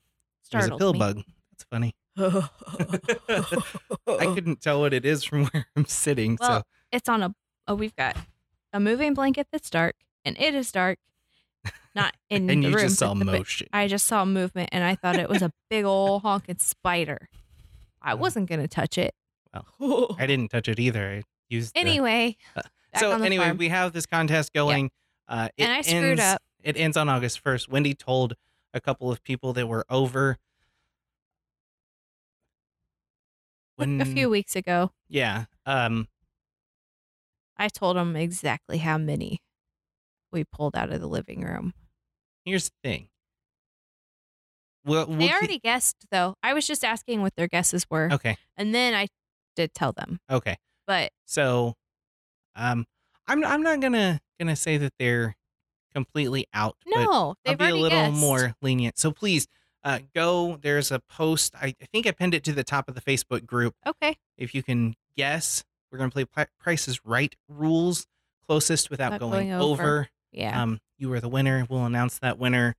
S1: there's
S2: startled
S1: a pill
S2: me.
S1: bug that's funny i
S2: I
S1: couldn't tell what it is from where i'm sitting so
S2: Well, it's on a. Oh, we've got a moving blanket that's dark, and it is dark. Not in
S1: and
S2: the
S1: you
S2: room.
S1: just saw
S2: but the- but
S1: motion
S2: I just saw movement, and I thought it was a big old honking spider. I wasn't gonna touch it.
S1: I didn't touch it either i used the-
S2: anyway,
S1: Uh,
S2: back
S1: so
S2: on the
S1: anyway,
S2: farm.
S1: we have this contest going. Uh, it
S2: And I screwed
S1: ends,
S2: up.
S1: It ends on August first. Wendy told a couple of people that were over. When,
S2: a few weeks ago,
S1: yeah, um,
S2: I told them exactly how many we pulled out of the living room.
S1: here's the thing. Well, we'll
S2: They
S1: keep-
S2: already guessed, though. I was just asking what their guesses were,
S1: okay,
S2: and then I did tell them.
S1: okay.
S2: But
S1: So, um, I'm I'm not gonna gonna say that they're completely out. but
S2: no,
S1: I'll
S2: they've
S1: be a
S2: already
S1: little
S2: guessed.
S1: more lenient. So please uh, go. There's a post. I, I think I pinned it to the top of the Facebook group.
S2: Okay,
S1: If you can guess, we're going to play Pri- Price is Right rules closest without
S2: Not
S1: going,
S2: going
S1: over.
S2: over. yeah.
S1: Um, you are the winner. We'll announce that winner.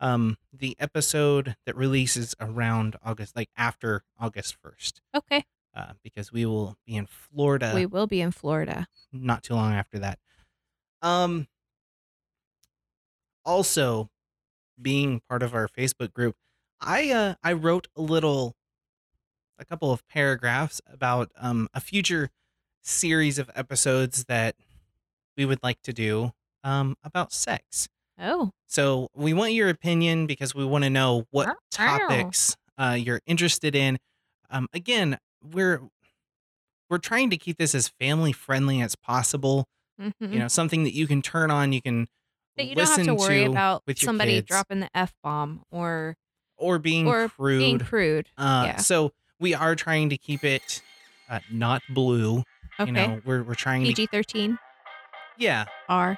S1: Um, the episode that releases around August, like after August 1st,
S2: okay.
S1: uh, because we will be in Florida
S2: we will be in Florida.
S1: not too long after that. Um also being part of our Facebook group, I uh I wrote a little a couple of paragraphs about um a future series of episodes that we would like to do um about sex.
S2: Oh,
S1: So we want your opinion because we want to know what
S2: Wow.
S1: topics uh, you're interested in. Um, again, we're we're trying to keep this as family friendly as possible.
S2: hmm
S1: You know, something that you can turn on, you can
S2: That you don't have to
S1: listen
S2: worry about
S1: with your
S2: somebody
S1: kids.
S2: dropping the f bomb or
S1: or being
S2: or
S1: crude.
S2: being crude.
S1: Uh,
S2: yeah.
S1: So we are trying to keep it uh, not blue.
S2: Okay.
S1: You know, we're we're trying to
S2: PG thirteen
S1: yeah,
S2: R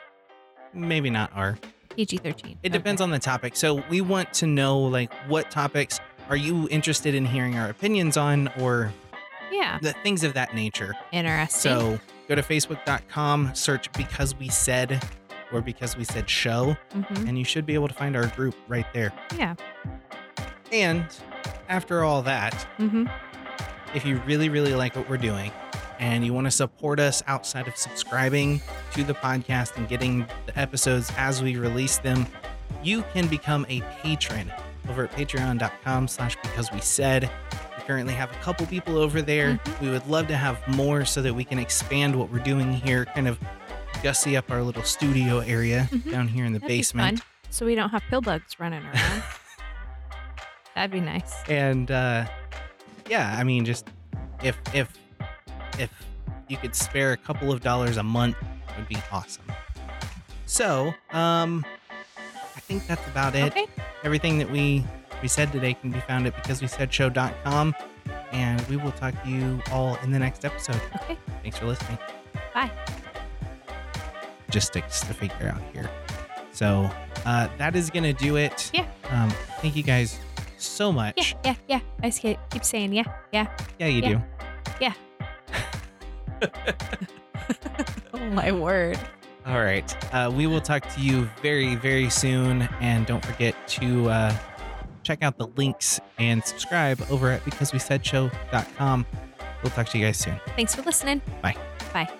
S1: maybe not R.
S2: PG thirteen.
S1: It depends on the topic. So we want to know like what topics are you interested in hearing our opinions on or
S2: Yeah.
S1: the things of that nature.
S2: Interesting.
S1: So go to facebook.com, search because we said or because we said show,
S2: Mhm.
S1: and you should be able to find our group right there.
S2: Yeah.
S1: And after all that,
S2: Mhm.
S1: if you really, really like what we're doing and you want to support us outside of subscribing to the podcast and getting the episodes as we release them, you can become a patron over at patreon.com slash because we said we currently have a couple people over there
S2: Mhm.
S1: we would love to have more so that we can expand what we're doing here kind of gussy up our little studio area
S2: Mhm.
S1: down here in the
S2: That'd be
S1: basement
S2: fun. So we don't have pill bugs running around. That'd be nice.
S1: and uh yeah i mean just if if if you could spare a couple of dollars a month it would be awesome so um i think that's about it
S2: okay.
S1: everything that we we said today can be found at because we said show.com and we will talk to you all in the next episode
S2: Okay.
S1: thanks for listening
S2: Bye.
S1: logistics to figure out here so uh that is gonna do it
S2: Yeah.
S1: um thank you guys so much
S2: Yeah. Yeah. Yeah. I s- keep saying yeah. Yeah.
S1: Yeah, you
S2: Yeah.
S1: do.
S2: Oh my word.
S1: All right. Uh, we will talk to you very, very soon. And don't forget to uh, check out the links and subscribe over at becausewesaid show.com. We'll talk to you guys soon.
S2: Thanks for listening.
S1: Bye.
S2: Bye.